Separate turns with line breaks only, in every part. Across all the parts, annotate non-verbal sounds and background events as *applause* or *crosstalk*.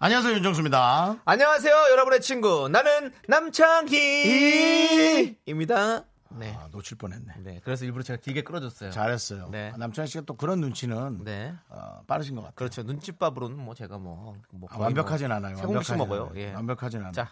안녕하세요 윤정수입니다.
안녕하세요, 여러분의 친구. 나는
이.
남창희입니다. 네.
아, 놓칠 뻔했네.
네. 그래서 일부러 제가 길게 끌어줬어요.
잘했어요. 아,
네.
남창희 씨가 또 그런 눈치는
네.
어, 빠르신 것 같아요.
그렇죠. 눈칫밥으로는 뭐 제가 뭐, 뭐
아,
거의
완벽하진
뭐
않아요.
세 공씩
완벽하진
먹어요.
않아요.
예.
완벽하진 않아요.
자.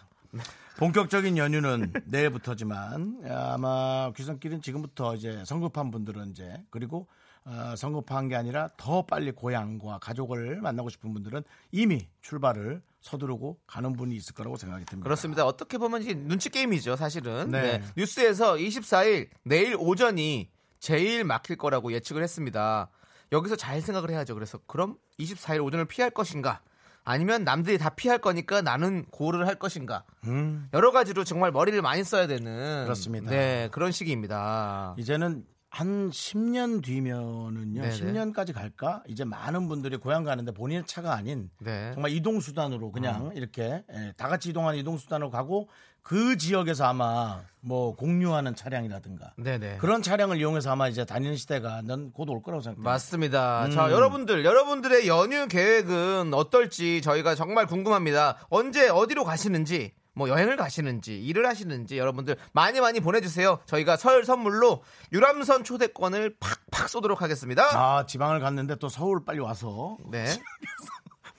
본격적인 연휴는 *laughs* 내일부터지만 아마 귀성길은 지금부터 이제 성급한 분들은 이제 그리고 어, 성급한 게 아니라 더 빨리 고향과 가족을 만나고 싶은 분들은 이미 출발을 서두르고 가는 분이 있을 거라고 생각이 듭니다.
그렇습니다. 어떻게 보면 이제 눈치 게임이죠, 사실은.
네.
네. 뉴스에서 24일 내일 오전이 제일 막힐 거라고 예측을 했습니다. 여기서 잘 생각을 해야죠. 그래서 그럼 24일 오전을 피할 것인가? 아니면 남들이 다 피할 거니까 나는 고를 할 것인가? 여러 가지로 정말 머리를 많이 써야 되는
음. 그렇습니다.
네, 그런 시기입니다.
이제는 한 10년 뒤면은요.
아. 네네.
10년까지 갈까? 이제 많은 분들이 고향 가는데 본인의 차가 아닌
네. 음.
정말 이동 수단으로 그냥 이렇게 예, 다 같이 이동하는 이동 수단으로 가고 그 지역에서 아마 뭐 공유하는 차량이라든가
네, 네.
그런 차량을 이용해서 아마 이제 다니는 시대가 난 곧 올 거라고 생각합니다.
맞습니다. 자, 여러분들, 여러분들의 연휴 계획은 어떨지 저희가 정말 궁금합니다. 언제 어디로 가시는지, 뭐 여행을 가시는지, 일을 하시는지 여러분들 많이 많이 보내주세요. 저희가 설 선물로 유람선 초대권을 팍팍 쏘도록 하겠습니다.
아 지방을 갔는데 또 서울 빨리 와서
네.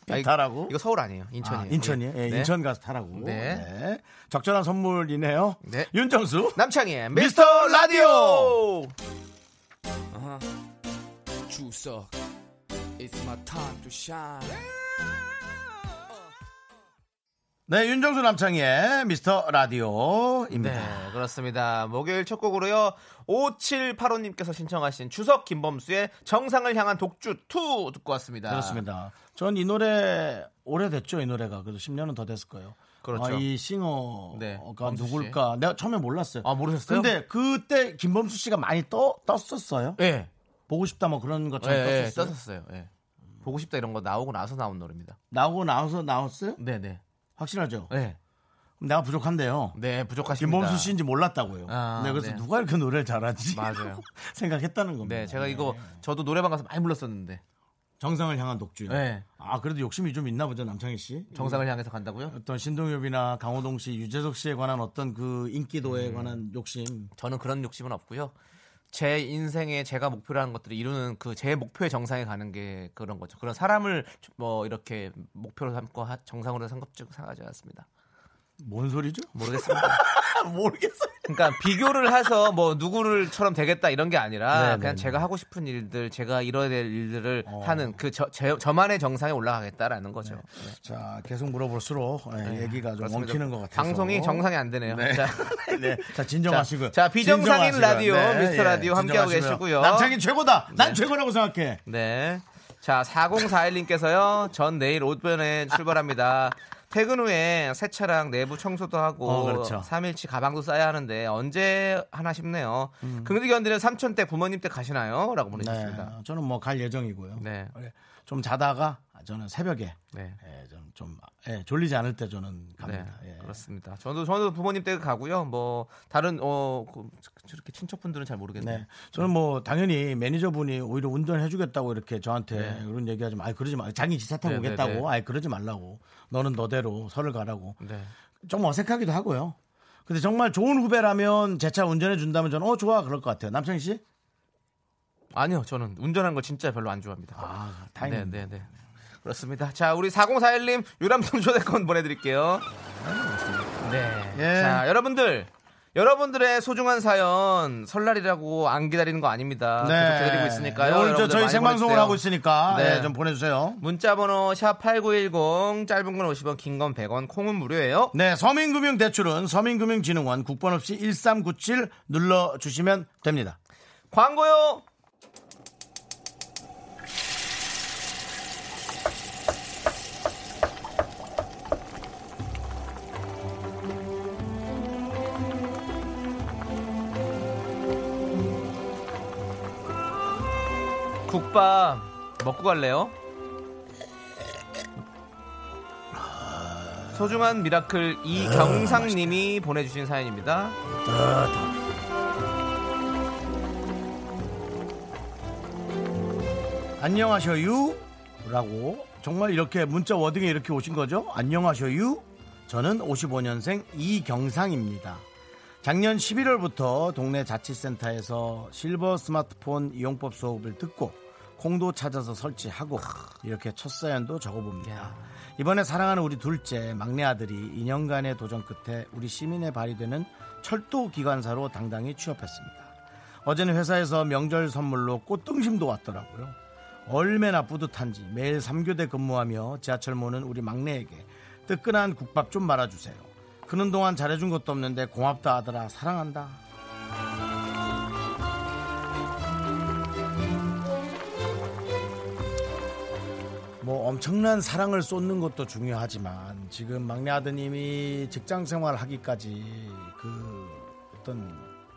배 타라고.
이거 서울 아니에요. 인천이에요.
아, 인천이요? 예,
네.
인천 가서 타라고.
네.
네. 적절한 선물이네요.
네.
윤정수.
남창희의 미스터 라디오!
주석 It's my time to shine
네, 윤정수 남창희의 미스터 라디오입니다.
네, 그렇습니다. 목요일 첫 곡으로요. 5785님께서 신청하신 주석 김범수의 정상을 향한 독주 2 듣고 왔습니다.
그렇습니다. 전 이 노래 오래됐죠, 이 노래가. 그래도 10년은 더 됐을 거예요.
그렇죠.
아, 이 싱어가
네, 범수 씨.
누굴까? 내가 처음에 몰랐어요.
아, 모르셨어요?
근데 그때 김범수 씨가 많이 떠, 떴었어요.
예.
보고 싶다 뭐 그런 것처럼
예, 예,
떴었어요.
떴었어요. 예. 보고 싶다 이런 거 나오고 나서 나온 노래입니다.
나오고 나와서 나왔어요?
네, 네.
확실하죠?
네.
그럼 내가 부족한데요.
네, 부족하십니다.
김범수 씨인지 몰랐다고요.
아,
네, 그래서
네.
누가 이렇게 노래를 잘하지? *laughs*
맞아요.
생각했다는 겁니다.
네, 제가 이거 저도 노래방 가서 많이 불렀었는데.
정상을 향한 독주요.
네.
아, 그래도 욕심이 좀 있나 보죠, 남창희 씨.
정상을 향해서 간다고요?
어떤 신동엽이나 강호동 씨, 유재석 씨에 관한 어떤 그 인기도에 관한 욕심.
저는 그런 욕심은 없고요. 제 인생에 제가 목표로 하는 것들을 이루는 그 제 목표의 정상에 가는 게 그런 거죠. 그런 사람을 뭐 이렇게 목표로 삼고 하- 정상으로 상급적 상하지 않았습니다.
뭔 소리죠?
모르겠습니다.
아, 모르겠어요.
그러니까 비교를 해서 뭐 누구를처럼 되겠다 이런 게 아니라
네,
그냥
네, 어.
제가 하고 싶은 일들, 제가 이뤄야 될 일들을 하는 그 저, 제- 저만의 정상에 올라가겠다라는 거죠. 네.
자, 계속 물어볼수록 예, 얘기가 좀
그렇습니다.
엉키는 것 같아서.
방송이 정상이 안 되네요. 자,
*laughs* 네. 자, 진정하시고요.
자, 자, 비정상인
진정하시고요. 네, 예,
라디오, 미스터 라디오 함께하고
진정하시고요.
계시고요.
남창희 최고다. 난 최고라고 생각해.
네. 자, 4041님께서요. 전 내일 오전에 출발합니다. 퇴근 후에 새 차랑 내부 청소도 하고
어, 그렇죠.
3일치 가방도 싸야 하는데 언제 하나 싶네요. 긍디 견디는 삼촌 댁 부모님 댁 가시나요? 라고
음. 네,
보내주셨습니다.
저는 뭐 갈 예정이고요.
네.
예, 좀 자다가 아, 저는 새벽에
네.
예, 좀, 좀 예, 졸리지 않을 때 저는 갑니다.
네,
예.
그렇습니다. 저도 저도 부모님 댁 가고요. 뭐 다른 어 그, 저렇게 친척분들은 잘 모르겠네요.
네. 저는 뭐 당연히 매니저분이 오히려 운전해 주겠다고 이렇게 저한테 그런 얘기하지 마. 아 그러지 마. 자기 기차 타고
네, 네,
오겠다고.
네.
아이 그러지 말라고. 너는 너대로 설을 가라고.
네.
좀 어색하기도 하고요. 근데 정말 좋은 후배라면 제 차 운전해 준다면 저는 어 좋아 그럴 것 같아요. 남창희 씨?
아니요, 저는 운전하는 거 진짜 별로 안 좋아합니다.
아,
네,
다행입니다.
네, 네. 그렇습니다. 자, 우리 4041님 유람선 초대권 보내드릴게요. 네.
예.
자, 여러분들. 여러분들의 소중한 사연 설날이라고 안 기다리는 거 아닙니다. 계속 기다리고 있으니까요.
네. 오늘 저
네. 여러분들
저희
많이
생방송을
보내주세요.
하고 있으니까
네.
예, 좀 보내 주세요.
문자번호 샵 #8910 짧은 건 50원, 긴 건 100원, 콩은 무료예요.
네, 서민금융 대출은 서민금융진흥원 국번 없이 1397 눌러 주시면 됩니다.
광고요. 국밥 먹고 갈래요? 소중한 미라클 이경상님이 보내주신 사연입니다.
안녕하셔유 라고 정말 이렇게 문자 워딩에 이렇게 오신 거죠? 안녕하셔유 저는 55년생 이경상입니다. 작년 11월부터 동네 자치센터에서 실버 스마트폰 이용법 수업을 듣고 콩도 찾아서 설치하고 이렇게 첫 사연도 적어봅니다. 이번에 사랑하는 우리 둘째 막내 아들이 2년간의 도전 끝에 우리 시민의 발이 되는 철도 기관사로 당당히 취업했습니다. 어제는 회사에서 명절 선물로 꽃등심도 왔더라고요. 얼마나 뿌듯한지 매일 3교대 근무하며 지하철 모는 우리 막내에게 뜨끈한 국밥 좀 말아주세요. 그는 동안 잘해준 것도 없는데 고맙다 아들아 사랑한다. 뭐 엄청난 사랑을 쏟는 것도 중요하지만 지금 막내 아드님이 직장 생활 하기까지 그 어떤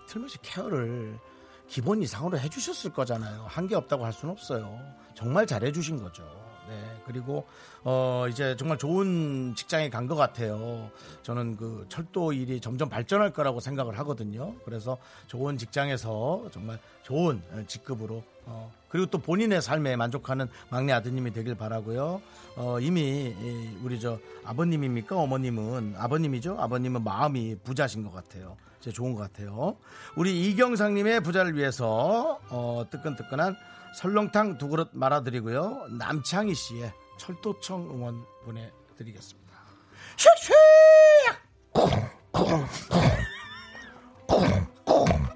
틀림없이 케어를 기본 이상으로 해주셨을 거잖아요. 한 게 없다고 할 수는 없어요. 정말 잘해주신 거죠. 네 그리고 어 이제 정말 좋은 직장에 간 것 같아요. 저는 그 철도 일이 점점 발전할 거라고 생각을 하거든요. 그래서 좋은 직장에서 정말 좋은 직급으로 어, 그리고 또 본인의 삶에 만족하는 막내 아드님이 되길 바라고요. 어, 이미 이, 우리 저 아버님입니까? 어머님은 아버님이죠. 아버님은 마음이 부자신 것 같아요. 진짜 좋은 것 같아요. 우리 이경상님의 부자를 위해서 어, 뜨끈뜨끈한 설렁탕 두 그릇 말아드리고요. 남창희 씨의 철도청 응원 보내드리겠습니다. 쉐쉐!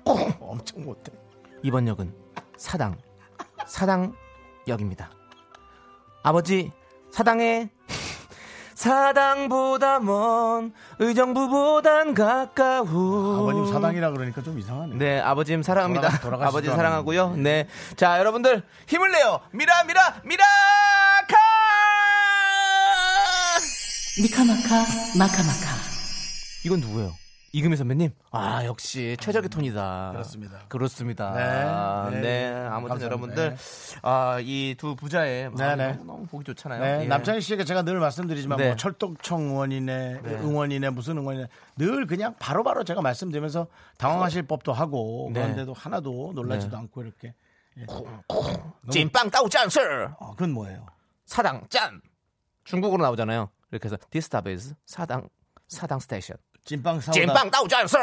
엄청 못해.
이번 역은 사당 사당 역입니다. 아버지 사당에 사당보다 먼 의정부보단 가까운
아버님 사당이라 그러니까 좀 이상하네.
네, 아버님 사랑합니다.
돌아가- 돌아가시지도
아버지
않았는데.
사랑하고요. 네. 자, 여러분들 힘을 내요. 미라 미라 미라 카!
미카마카 마카마카
이건 누구예요? 이금희 선배님? 아, 역시 최적의 톤이다.
음, 그렇습니다.
그렇습니다.
네,
네.
네,
아무튼
감사합니다.
여러분들 아, 이 두 부자의
네,
마음이
네.
너무, 너무 보기 좋잖아요.
네,
예.
남창희 씨에게 제가 늘 말씀드리지만
네.
뭐 철도청 의원이네, 응원이네, 무슨 응원이네 늘 그냥 바로바로 제가 말씀드리면서 당황하실 법도 하고
네.
그런데도 하나도 놀라지도 않고 이렇게
찐빵 따오 짠스.
어, 그건 뭐예요?
사당 짠. 중국어로 나오잖아요. 이렇게 해서 디스탑 is 사당 사당 스테이션.
찐빵 사오다
찐빵 따오 짠스.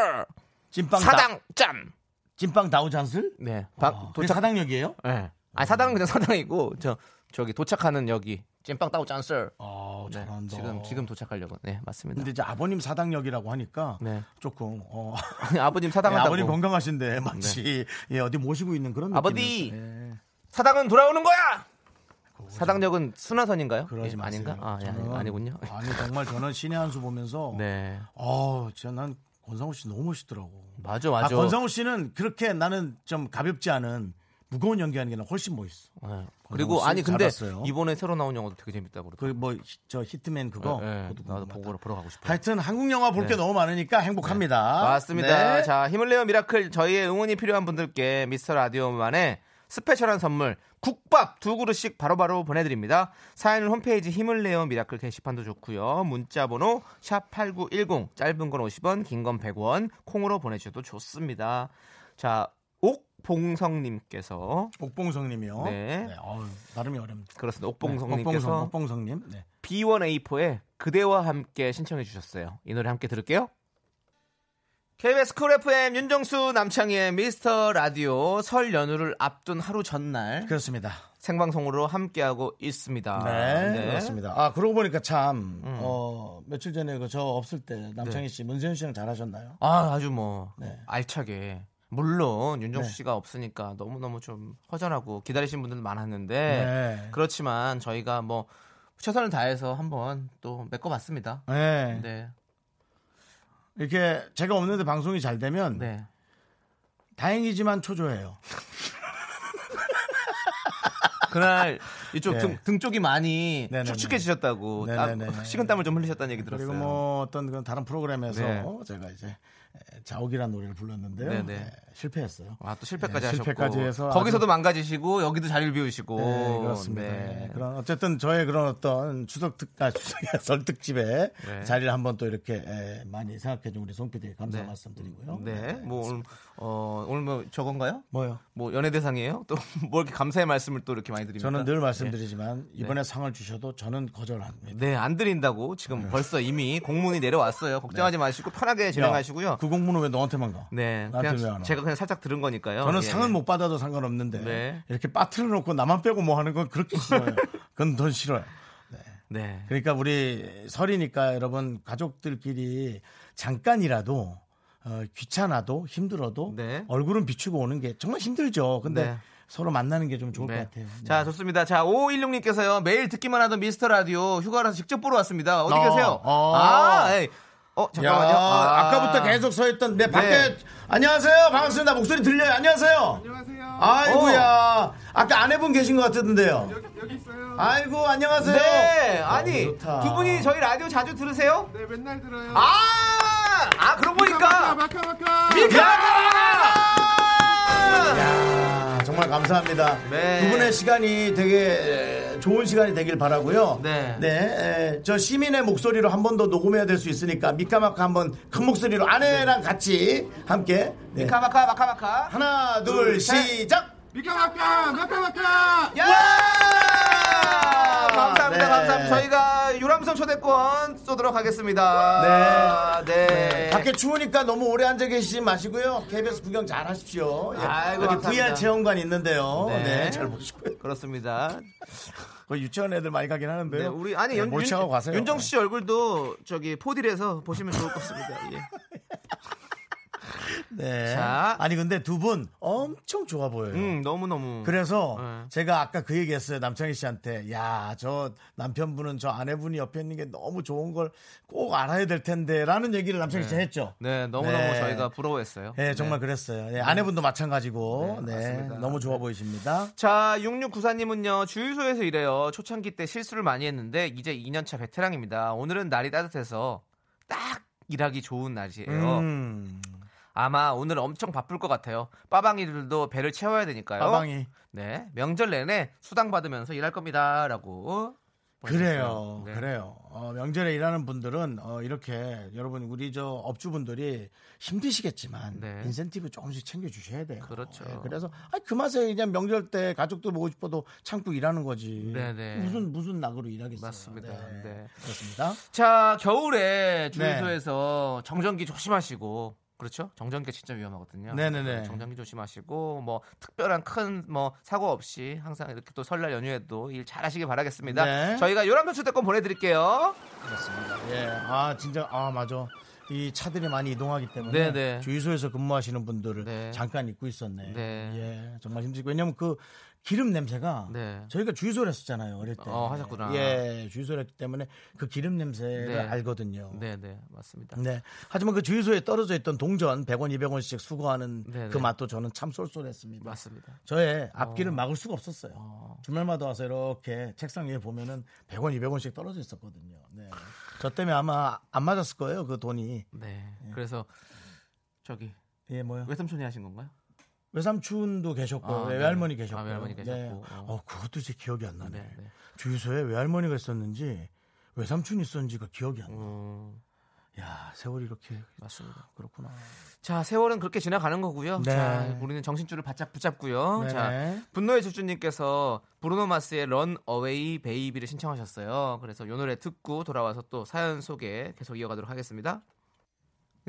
찐빵 다,
사당 짠.
찐빵 다우잔슬?
네. 박-
도착 사당역이에요?
예. 아 사당은 그냥 사당이고 저 저기 도착하는 여기 찐빵 따오 짠쓸.
어,
네,
잘한다.
지금 지금 도착하려고. 네 맞습니다.
근데 이제 아버님 사당역이라고 하니까
네.
조금 어, *laughs*
*laughs* 아니, 아버님
네,
사당한다고.
아버님 건강하신데 마치 예, 어디 모시고 있는 그런
아버지!
느낌이었어요. 예.
사당은 돌아오는 거야. 사당역은 순화선인가요?
그러지
예,
마세요.
아닌가? 아, 예, 아니,
저는-
아니군요.
*laughs* 아니 정말 저는 신의 한 수 보면서
*laughs* 네.
어, 진짜 난 권상우 씨 너무 멋있더라고.
맞아 맞아.
권상우 씨는 그렇게 나는 좀 가볍지 않은 무거운 연기하는 게 나 훨씬 멋있어.
예. 그리고
권상우
아니
씨
근데
잘했어요.
이번에 새로 나온 영화도 되게 재밌다고 그러더라고요.
그 뭐 저 히트맨 그거.
예, 예.
그것도
나도
궁금하다.
보고 보러 가고 싶어요. 네.
하여튼 한국 영화 볼 게 너무 많으니까 행복합니다.
맞습니다.
네.
자, 힘을 내요 미라클 저희의 응원이 필요한 분들께 미스터 라디오만의 스페셜한 선물 국밥 두 그릇씩 바로바로 보내드립니다. 사연은 홈페이지 힘을 내요 미라클 게시판도 좋고요. 문자번호 샵 #8910 짧은 건 50원, 긴 건 100원 콩으로 보내주셔도 좋습니다. 자, 옥봉성님께서
옥봉성님이요.
네.
어우, 발음이 어렵다. 네,
그렇습니다.
옥봉성,
옥봉성님께서
옥봉성님. 네.
B1A4의 그대와 함께 신청해 주셨어요. 이 노래 함께 들을게요. KBS 쿨 FM 윤정수 남창희의 미스터 라디오 설 연휴를 앞둔 하루 전날
그렇습니다.
생방송으로 함께하고 있습니다.
네, 그렇습니다. 아 그러고 보니까 참
음.
어, 며칠 전에 그 저 없을 때 남창희
네.
씨, 문세윤 씨랑 잘하셨나요?
아, 아주 뭐
네.
알차게 물론 윤정수
네.
씨가 없으니까 너무너무 좀 허전하고 기다리신 분들 많았는데
네.
그렇지만 저희가 뭐 최선을 다해서 한번 또 메꿔봤습니다.
네.
네.
이렇게 제가 없는데 방송이 잘 되면
네.
다행이지만 초조해요.
그날 이쪽
네.
등, 등 쪽이 많이
네네네.
축축해지셨다고 땀,
네네네.
식은땀을 좀 흘리셨다는 얘기 들었어요.
그리고 뭐 어떤 그런 다른 프로그램에서
네.
제가 이제 자옥이라는 노래를 불렀는데요.
네네.
네, 실패했어요.
아, 또 실패까지
예,
하셨고
실패까지 해서
거기서도
아주-
망가지시고 여기도 자리를 비우시고
네, 그렇습니다. 예, 그런 어쨌든 저의 그런 어떤 추석 특아 추석 *laughs* 설 특집에
네.
자리를 한번 또 이렇게 예, 많이 생각해 준 우리 송 PD 감사
네.
말씀드리고요.
네, 뭐 오늘 어 오늘 뭐 저건가요?
뭐요?
뭐 연예 대상이에요? 또 *laughs* 뭐 이렇게 감사의 말씀을 또 이렇게 많이 드립니다.
저는 늘 말씀드리지만 이번에 상을 주셔도 저는 거절합니다.
네, 안 드린다고 지금 벌써 이미 공문이 내려왔어요. 걱정하지 마시고 편하게
네. 야,
진행하시고요.
그 공문은 왜 너한테만 가?
네,
나한테 왜
그냥
안 와?
제가 그냥 살짝 들은 거니까요.
저는
예.
상은 못 받아도 상관없는데
네.
이렇게 빠트려 놓고 나만 빼고 뭐 하는 건 그렇게 싫어요. 그건 더 싫어요.
네.
그러니까 우리 설이니까 여러분 가족들끼리 잠깐이라도 어, 귀찮아도 힘들어도
네.
얼굴은 비추고 오는 게 정말 힘들죠. 근데
네.
서로 만나는 게 좀 좋을
네.
것 같아요. 네.
자, 좋습니다. 자, 5516님께서요. 매일 듣기만 하던 미스터 라디오 휴가라서 직접 보러 왔습니다. 어디
어,
계세요?
어.
아, 에이. 어,
야,
잠깐만요.
아, 까부터 계속 서 있던 내 밖에
네.
안녕하세요. 반갑습니다. 목소리 들려요. 안녕하세요. 안녕하세요.
어.
아이고야. 아까 아내분 계신 것 같았는데요. 여기, 있어요. 아이고 안녕하세요.
네.
너무
아니,
좋다.
두 분이 저희 라디오 자주 들으세요?
네, 맨날 들어요.
아! 아, 그러고
마카
보니까
마카 마카.
미카마카!
아, 정말 감사합니다.
네.
두 분의 시간이 되게 에, 좋은 시간이 되길 바라고요.
네.
에, 저 시민의 목소리로 한 번 더 녹음해야 될 수 있으니까 미카마카 한 번 큰 목소리로 아내랑 같이 함께 네.
미카마카, 마카마카.
하나 둘 시작.
미카 마카 마카 마카.
야! 감사합니다,
네.
감사합니다. 저희가 유람선 초대권 쏘도록 하겠습니다. 네. 네.
밖에 추우니까 너무 오래 앉아 계시지 마시고요. KBS 구경 잘 하십시오. 예.
아이고,
여기
감사합니다.
VR 체험관 있는데요.
네.
네. 잘 보시고요.
그렇습니다.
거의 유치원 애들 많이 가긴 하는데요.
네, 우리 아니
네,
윤,
몰치하고 가세요.
정씨 얼굴도 저기 포딜에서 보시면 좋을 것 같습니다.
*laughs*
예.
네.
자.
아니 근데 두 분 엄청 좋아 보여요.
음, 너무 너무.
그래서
네.
제가 아까 그 얘기했어요 남창희 씨한테 야 저 남편분은 저 아내분이 옆에 있는 게 너무 좋은 걸 꼭 알아야 될 텐데라는 얘기를 남창희 씨가 했죠.
네, 너무 너무
네.
저희가 부러워했어요.
네, 정말 그랬어요. 네, 아내분도 마찬가지고
네,
네,
맞습니다.
너무 좋아 보이십니다.
자, 6694님은요, 주유소에서 일해요. 초창기 때 실수를 많이 했는데, 이제 2년차 베테랑입니다. 오늘은 날이 따뜻해서 딱 일하기 좋은 날이에요.
음,
아마 오늘 엄청 바쁠 것 같아요. 빠방이들도 배를 채워야 되니까요.
빠방이
네, 명절 내내 수당 받으면서 일할 겁니다. 라고.
그래요,
보내주셨어요. 네.
그래요. 어, 명절에 일하는 분들은 어, 이렇게 여러분 우리 저 업주분들이 힘드시겠지만
네.
인센티브 조금씩 챙겨 주셔야 돼요.
그렇죠.
예, 그래서 아니, 그 맛에 그냥 명절 때 가족도 보고 싶어도 참고 일하는 거지.
네네.
무슨 무슨 낙으로 일하겠어요.
맞습니다. 네.
그렇습니다.
자, 겨울에 주유소에서
네.
정전기 조심하시고 그렇죠? 정전기 진짜 위험하거든요.
네네네.
정전기 조심하시고 뭐 특별한 큰 뭐 사고 없이 항상 이렇게 또 설날 연휴에도 일 잘하시길 바라겠습니다.
네.
저희가 요람면 초대권 보내드릴게요.
그렇습니다. 예. 아 진짜 아 맞아. 이 차들이 많이 이동하기 때문에
네네.
주유소에서 근무하시는 분들을
네.
잠깐 잊고 있었네.
네.
예, 정말 힘들고 왜냐면 그 기름 냄새가
네.
저희가 주유소를 했었잖아요 어릴 때.
어, 하셨구나.
예, 주유소를 했기 때문에 그 기름 냄새를
네.
알거든요.
네, 네, 맞습니다.
네. 하지만 그 주유소에 떨어져 있던 동전 100원, 200원씩 수거하는
네네.
그 맛도 저는 참 쏠쏠했습니다.
맞습니다. 어.
저의 앞길을 막을 수가 없었어요. 주말마다 와서 이렇게 책상 위에 보면은 100원, 200원씩 떨어져 있었거든요. 네. 저 때문에 아마 안 맞았을 거예요, 그 돈이.
네. 그래서 저기
예, 뭐요?
외삼촌이 하신 건가요?
외삼촌도 계셨고,
아, 네.
외할머니 계셨고.
아, 외할머니
네.
계셨고. 어.
어, 그것도 제 기억이 안 나네.
네, 네.
주유소에 외할머니가 있었는지, 외삼촌이 있었는지가 기억이 안 나.
음,
야, 세월이 이렇게.
맞습니다.
그렇구나.
자, 세월은 그렇게 지나가는 거고요.
네.
자, 우리는 정신줄을 바짝 붙잡고요.
네네.
자, 분노의 질주님께서 브루노 마스의 런 어웨이 베이비를 신청하셨어요. 그래서 이 노래 듣고 돌아와서 또 사연 소개 계속 이어가도록 하겠습니다.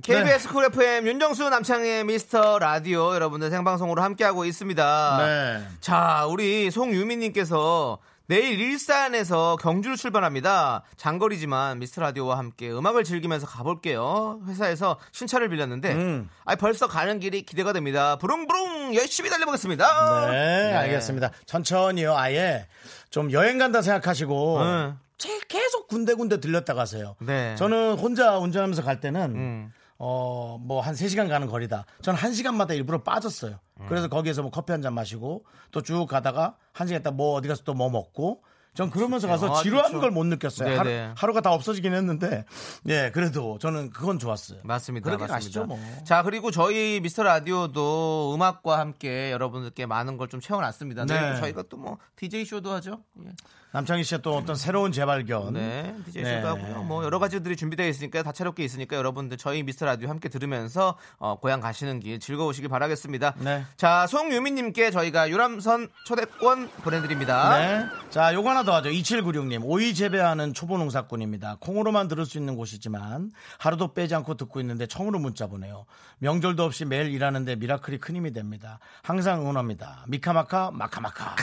네.
KBS 쿨 FM 윤정수 남창의 미스터 라디오 여러분들 생방송으로 함께하고 있습니다.
네.
자, 우리 송유미님께서 내일 일산에서 경주를 출발합니다. 장거리지만 미스터 라디오와 함께 음악을 즐기면서 가볼게요. 회사에서 신차를 빌렸는데,
음.
아 벌써 가는 길이 기대가 됩니다. 부릉부릉 열심히 달려보겠습니다.
네,
네.
알겠습니다. 천천히요, 아예. 좀 여행 간다 생각하시고,
응.
제- 계속 군데군데 들렸다 가세요.
네.
저는 혼자 운전하면서 갈 때는,
음.
어, 뭐, 한 3시간 가는 거리다. 전 1시간마다 일부러 빠졌어요.
음.
그래서 거기에서 뭐 커피 한 잔 마시고, 또 쭉 가다가, 1시간 있다 뭐 어디 가서 또 뭐 먹고, 전 그러면서 가서
아,
지루한
그쵸.
걸 못 느꼈어요.
네네.
하루, 가다 없어지긴 했는데, 예, 그래도 저는 그건 좋았어요.
맞습니다.
그렇게
맞습니다.
가시죠, 뭐.
자, 그리고 저희 미스터 라디오도 음악과 함께 여러분들께 많은 걸 좀 채워놨습니다.
네.
네. 저희가 또 뭐 DJ 쇼도 하죠. 예.
남창희 씨의 또 어떤 새로운 재발견.
네, DJ
네.
쇼도 하고요. 뭐 여러 가지들이 준비되어 있으니까 다채롭게 있으니까 여러분들 저희 미스터 라디오 함께 들으면서 어, 고향 가시는 길 즐거우시길 바라겠습니다.
네.
자, 송유민님께 저희가 유람선 초대권 보내드립니다.
네. 자, 요거 하나 더 하죠. 2796님. 오이 재배하는 초보농사꾼입니다. 콩으로만 들을 수 있는 곳이지만 하루도 빼지 않고 듣고 있는데 청으로 문자 보내요. 명절도 없이 매일 일하는데 미라클이 큰 힘이 됩니다. 항상 응원합니다. 미카마카, 마카마카.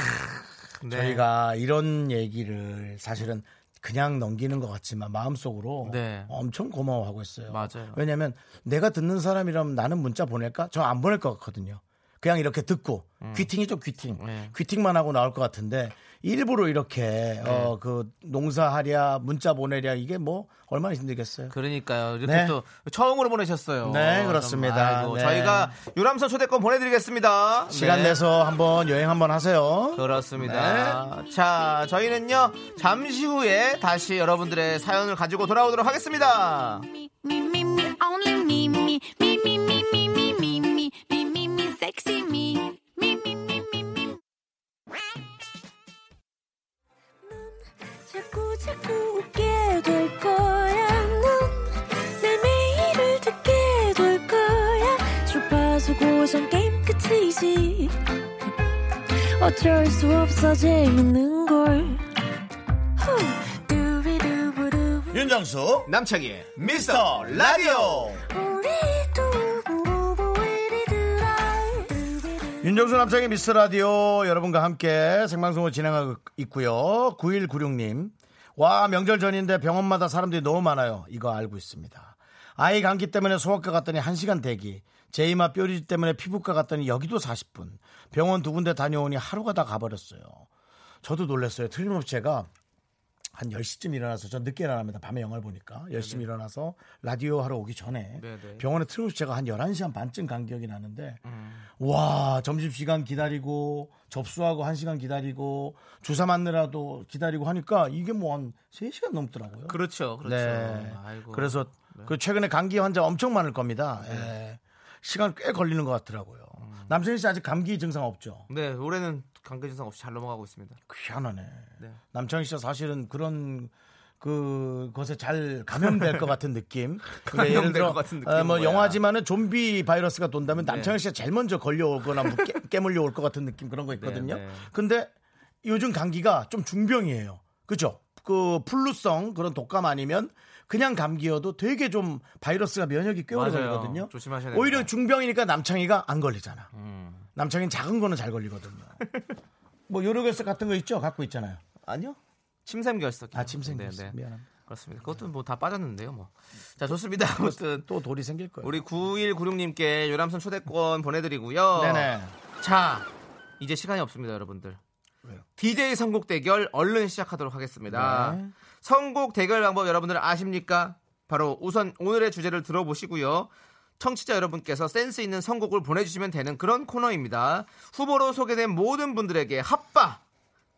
네.
저희가 이런 얘기를 사실은 그냥 넘기는 것 같지만 마음속으로
네.
엄청 고마워하고 있어요.
맞아요.
왜냐하면 내가 듣는 사람이라면 나는 문자 보낼까? 저 안 보낼 것 같거든요. 그냥 이렇게 듣고 귀팅이죠 귀팅.
음. 네.
귀팅만 하고 나올 것 같은데 일부러 이렇게 어, 그 농사하랴 문자 보내랴 이게 뭐 얼마나 힘들겠어요.
그러니까요. 이렇게
네.
또 처음으로 보내셨어요.
네,
좀,
그렇습니다.
아이고,
네.
저희가 유람선 초대권 보내드리겠습니다.
시간
네.
내서 한번 여행 한번 하세요.
그렇습니다.
네.
자, 저희는요, 잠시 후에 다시 여러분들의 사연을 가지고 돌아오도록 하겠습니다.
me, me, me, me, only me, me, me, me, me, me, me, me, me, me, me, me, sexy me, me, me, me, me, me. 자꾸 자꾸 웃게 될 거야. 넌내 매일을 듣게 될 거야. 주파수 고정 게임 끝이지. 어쩔 수 없어 재밌는 걸. 후. 두비두부두.
윤정수
남창희의 미스터 라디오!
윤정수 남창의 미스 라디오 여러분과 함께 생방송을 진행하고 있고요. 9196님. 와, 명절 전인데 병원마다 사람들이 너무 많아요. 이거 알고 있습니다. 아이 감기 때문에 소아과 갔더니 1시간 대기. 제이마 뾰루지 때문에 피부과 갔더니 여기도 40분. 병원 두 군데 다녀오니 하루가 다 가버렸어요. 저도 놀랐어요. 틀림없이 제가 한 10시쯤 일어나서 전 늦게 일어납니다. 밤에 영화를 보니까. 10시쯤 일어나서 라디오 하러 오기 전에
네네.
병원에 틀림없이 제가 한 11시 한 반쯤 간 기억이 나는데
음.
와 점심시간 기다리고 접수하고 한시간 기다리고 주사 맞느라도 기다리고 하니까 이게 뭐 한 3시간 넘더라고요.
그렇죠, 그렇죠.
네.
아이고. 네.
그래서 그 최근에 감기 환자 엄청 많을 겁니다. 예. 시간 꽤 걸리는 것 같더라고요.
음.
남선희 씨 아직 감기 증상 없죠?
네, 올해는 감기 증상 없이 잘 넘어가고 있습니다.
희한하네.
네.
남창희 씨가 사실은 그런 그 것에 잘 감염될 것 같은
*laughs*
느낌. 그러니까
감염될 것 같은 네. 느낌인
어, 뭐
거야.
영화지만은 좀비 바이러스가 돈다면 남창희 씨가 제일 먼저 걸려오거나 뭐 깨, *laughs* 깨물려 올 것 같은 느낌 그런 거 있거든요.
네, 네.
근데 요즘 감기가 좀 중병이에요. 그죠? 그 플루성 그런 독감 아니면 그냥 감기여도 되게 좀 바이러스가 면역이 꽤 오래
맞아요.
걸리거든요.
조심하셔야 됩니다. 음.
오히려 중병이니까 남창희가 안 걸리잖아. 남창희는 작은 거는 잘
*laughs*
걸리거든요. 뭐 요로결석 같은 거 있죠? 갖고 있잖아요. 아니요.
침샘 결석.
아, 침샘 결석.
네, 네.
미안합니다.
그렇습니다. 그것도 뭐 다 빠졌는데요, 뭐. 자, 좋습니다. *laughs* 아무튼
또 돌이 생길 거예요.
우리 9196님께 요람선 초대권 보내드리고요.
네네.
자, 이제 시간이 없습니다, 여러분들.
왜요?
DJ 선곡 대결 얼른 시작하도록 하겠습니다.
네.
선곡 대결 방법 여러분들 아십니까? 바로 우선 오늘의 주제를 들어보시고요. 청취자 여러분께서 센스 있는 선곡을 보내주시면 되는 그런 코너입니다. 후보로 소개된 모든 분들에게 핫바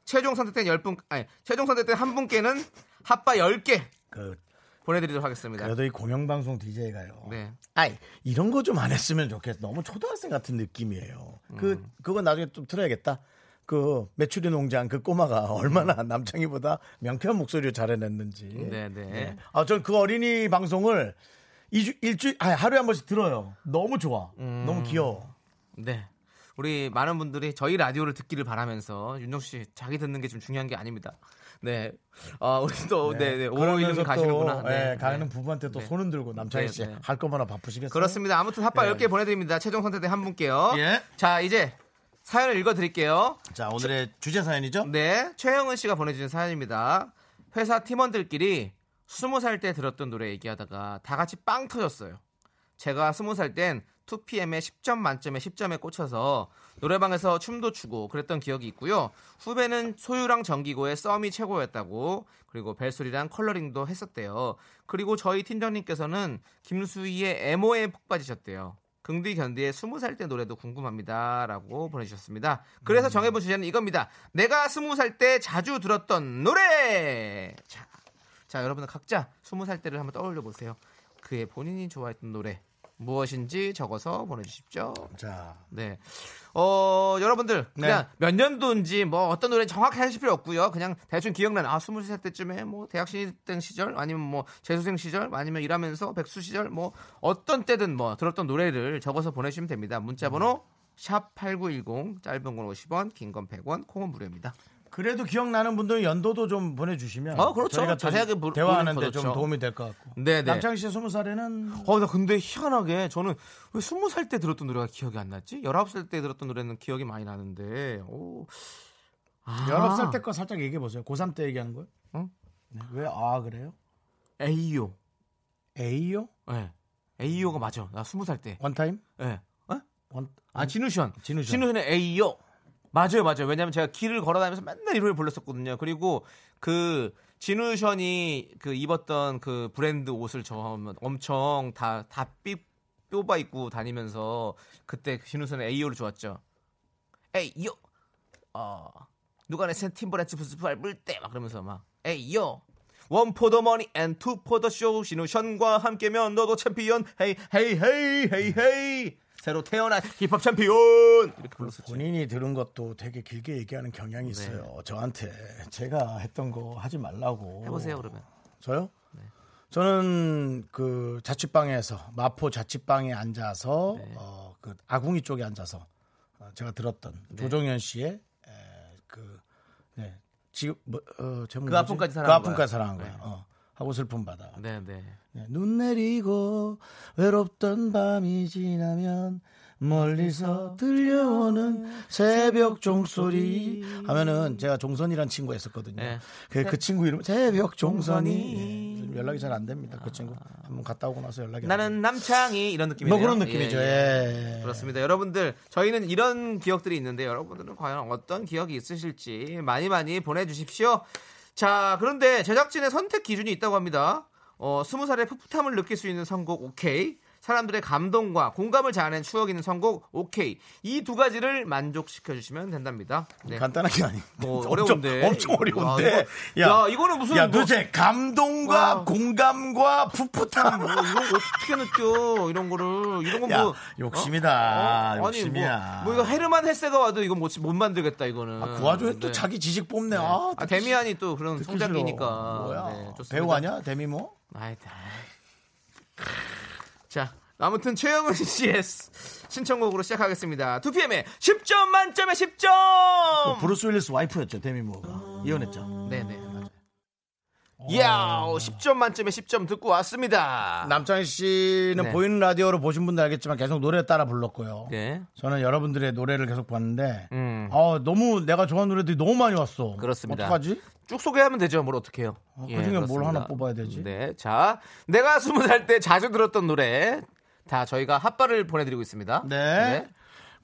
최종 선택된 10분 아니 최종 선택된 한 분께는 핫바 10개
그,
보내드리도록 하겠습니다.
그래도 이 공영방송 DJ가요.
네.
아이, 이런 거 좀 안 했으면 좋겠어. 너무 초등학생 같은 느낌이에요. 그,
음.
그건 나중에 좀 들어야겠다. 그, 메추리 농장 그
음.
꼬마가 얼마나 *laughs* 남창희보다 명쾌한 목소리로 잘해냈는지.
네, 네.
아, 전 그 어린이 방송을 이주, 일주, 아니, 하루에 한 번씩 들어요. 너무 좋아.
음.
너무 귀여워.
네. 우리 많은 분들이 저희 라디오를 듣기를 바라면서 윤정 씨 자기 듣는 게 좀 중요한 게 아닙니다. 네. 아, 우리 또 네, 네.
예. 그러면서
오이는
또,
가시는구나.
예, 가는 부부한테 또
네.
손은 들고 남창희
네,
씨 할
네.
거면 바쁘시겠어요?
그렇습니다. 아무튼 핫바
예.
10개 보내 드립니다. 최종 선택된 한 분께요.
예.
자, 이제 사연을 읽어 드릴게요.
자, 오늘의 주제 사연이죠?
네. 최영은 씨가 보내 주신 사연입니다. 회사 팀원들끼리 스무 살 때 들었던 노래 얘기하다가 다 같이 빵 터졌어요. 제가 스무 살 땐 2PM의 10점 만점에 10점에 꽂혀서 노래방에서 춤도 추고 그랬던 기억이 있고요. 후배는 소유랑 정기고의 썸이 최고였다고 그리고 벨소리랑 컬러링도 했었대요. 그리고 저희 팀장님께서는 김수희의 MO에 푹 빠지셨대요. 긍디 견디의 스무 살 때 노래도 궁금합니다라고 보내주셨습니다. 그래서 정해본 주제는 이겁니다. 내가 스무 살 때 자주 들었던 노래. 자, 자 여러분은 각자 스무 살 때를 한번 떠올려 보세요. 그의 본인이 좋아했던 노래 무엇인지 적어서 보내주십시오.
자,
네, 어 여러분들 그냥
네.
몇 년도인지 뭐 어떤 노래 정확히 하실 필요 없고요. 그냥 대충 기억나는 아 스무 살 때쯤에 뭐 대학생 시절 아니면 뭐 재수생 시절 아니면 일하면서 백수 시절 뭐 어떤 때든 뭐 들었던 노래를 적어서 보내주시면 됩니다. 문자번호 샵 #8910 짧은 건 50원, 긴 건 100원, 콩은 무료입니다.
그래도 기억나는 분들 연도도 좀 보내주시면
어, 그렇죠.
저희가 또
자세하게 물-
대화하는데
물어보는
좀
거죠.
도움이 될 것 같고.
네, 네.
남창희 씨 스무 살에는
어, 나 근데 희한하게 저는 왜 스무 살 때 들었던 노래가 기억이 안 났지? 열아홉 살 때 들었던 노래는 기억이 많이 나는데, 오. 아.
19살 때 거 살짝 얘기해 보세요. 고3 때 얘기하는 거예요?
응?
네. 왜, 아, 그래요?
에이요.
A요?
예. 에이요가 맞아. 나 스무 살 때.
원타임?
예. 어?
원,
아, 진우션.
진우션.
진우션의 에이요. 맞아요, 맞아요. 왜냐면 제가 길을 걸어다니면서 맨날 이 노래 불렀었거든요. 그리고 그 진우션이 그 입었던 그 브랜드 옷을 저 엄청 다, 다 삐, 뾰바 입고 다니면서 그때 진우션의 에이요를 좋았죠. 에이요! 어, 누가 내 센티브란치 부스프 밟을 때 막 그러면서 막 에이요! 원 포 더 머니 앤 투 포 더 쇼 진우션과 함께면 너도 챔피언 헤이 헤이 헤이 헤이 헤이 새로 태어난 힙합 챔피언 이렇게 불렀었죠.
본인이 들은 것도 되게 길게 얘기하는
네.
경향이 있어요. 저한테 제가 했던 거 하지 말라고.
해보세요 그러면.
저요?
네.
저는 그 자취방에서 마포 자취방에 앉아서
네.
어, 그 아궁이 쪽에 앉아서 어, 제가 들었던
네.
조정현 씨의 에, 그 네. 지금 뭐, 어, 제목이
그
뭐지? 그
아픔까지 사랑한 네. 거야.
아픔까지 사랑한 거야. 어. 하고 슬픔 받아.
네, 네.
네, 눈 내리고 외롭던 밤이 지나면 멀리서 들려오는 새벽 종소리 하면은 제가 종선이란 친구가 있었거든요.
네.
그, 그 친구 이름 새벽 종선이 예, 요즘 연락이 잘 안 됩니다. 그 친구 한번 갔다 오고 나서 연락이 안
아. 나는 남창이 이런 느낌이네요.
뭐 그런 느낌이죠.
예, 예.
예.
그렇습니다. 여러분들 저희는 이런 기억들이 있는데 여러분들은 과연 어떤 기억이 있으실지 많이 많이 보내주십시오. 자 그런데 제작진의 선택 기준이 있다고 합니다. 어 스무 살의 풋풋함을 느낄 수 있는 선곡 오케이. 사람들의 감동과 공감을 자아낸 추억 있는 선곡 오케이. 이 두 가지를 만족시켜 주시면 된답니다. 네.
간단하게 아니.
뭐
엄청,
어려운데.
엄청 어려운데.
야, 이거- 야, 이거는 무슨
야,
뭐-
도대체 감동과
와.
공감과 풋풋함.
*laughs* 어, 이거 어떻게 느껴 이런 거를 이런
야,
건 뭐
욕심이다.
아니, 뭐-
욕심이야.
뭐, 이거 헤르만 헤세가 와도 이거 못, 못 만들겠다 이거는.
아, 그 와중에 또
네.
자기 지식 뽑네.
네.
아,
아, 데미안이 또 그런
듣기
성장기니까.
싫어. 뭐야?
네, 좋습니다.
배우 아니야? 데미 뭐?
아이, 아이. 자, 아무튼 최영은 *laughs* 씨의 신청곡으로 시작하겠습니다. 2PM의 10점 만점에 10점.
그 브루스 윌리스 와이프였죠. 데미 뭐가 이혼했죠.
네네 맞아요.
어.
이야, 10점 만점에 10점 듣고 왔습니다.
아. 남창희 씨는
네.
보이는 라디오로 보신 분들 알겠지만 계속 노래 따라 불렀고요.
네,
저는 여러분들의 노래를 계속 봤는데,
음.
아, 너무 내가 좋아하는 노래들이 너무 많이 왔어.
그렇습니다.
어떡하지?
쭉 소개하면 되죠. 뭘 어떻게 해요? 예,
어, 그중에 뭘
그렇습니다.
하나 뽑아야 되지?
네, 자, 내가 스무 살 때 자주 들었던 노래 다 저희가 핫바를 보내드리고 있습니다.
네.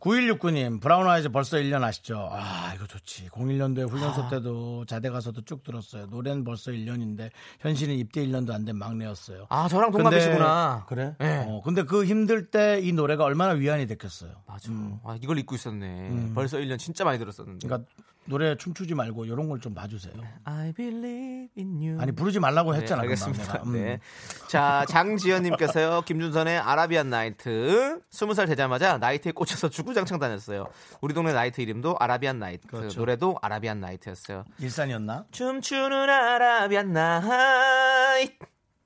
9169님, 브라운 아이즈 벌써 1년 아시죠? 아, 이거 좋지. 01년도에 훈련소 때도 자대 가서도 쭉 들었어요. 노래는 벌써 1년인데, 현실은 입대 1년도 안 된 막내였어요.
아, 저랑
근데-
동갑이시구나.
그래?
네.
어, 근데 그 힘들 때 이 노래가 얼마나 위안이 됐겠어요.
맞아. 아, 이걸 잊고 있었네. 벌써 1년 진짜 많이
음.
들었었는데.
그러니까 노래 춤추지 말고 이런 걸 좀 봐주세요.
I believe in you.
아니 부르지 말라고 했잖아.
음. 네,
금방
알겠습니다.
내가. 음.
네. 자, 장지연님께서요, *laughs* 김준선의 아라비안 나이트. 스무 살 되자마자 나이트에 꽂혀서 주구장창 다녔어요. 우리 동네 나이트 이름도 아라비안 나이트.
그렇죠.
노래도 아라비안 나이트였어요.
일산이었나?
춤추는 아라비안 나이트.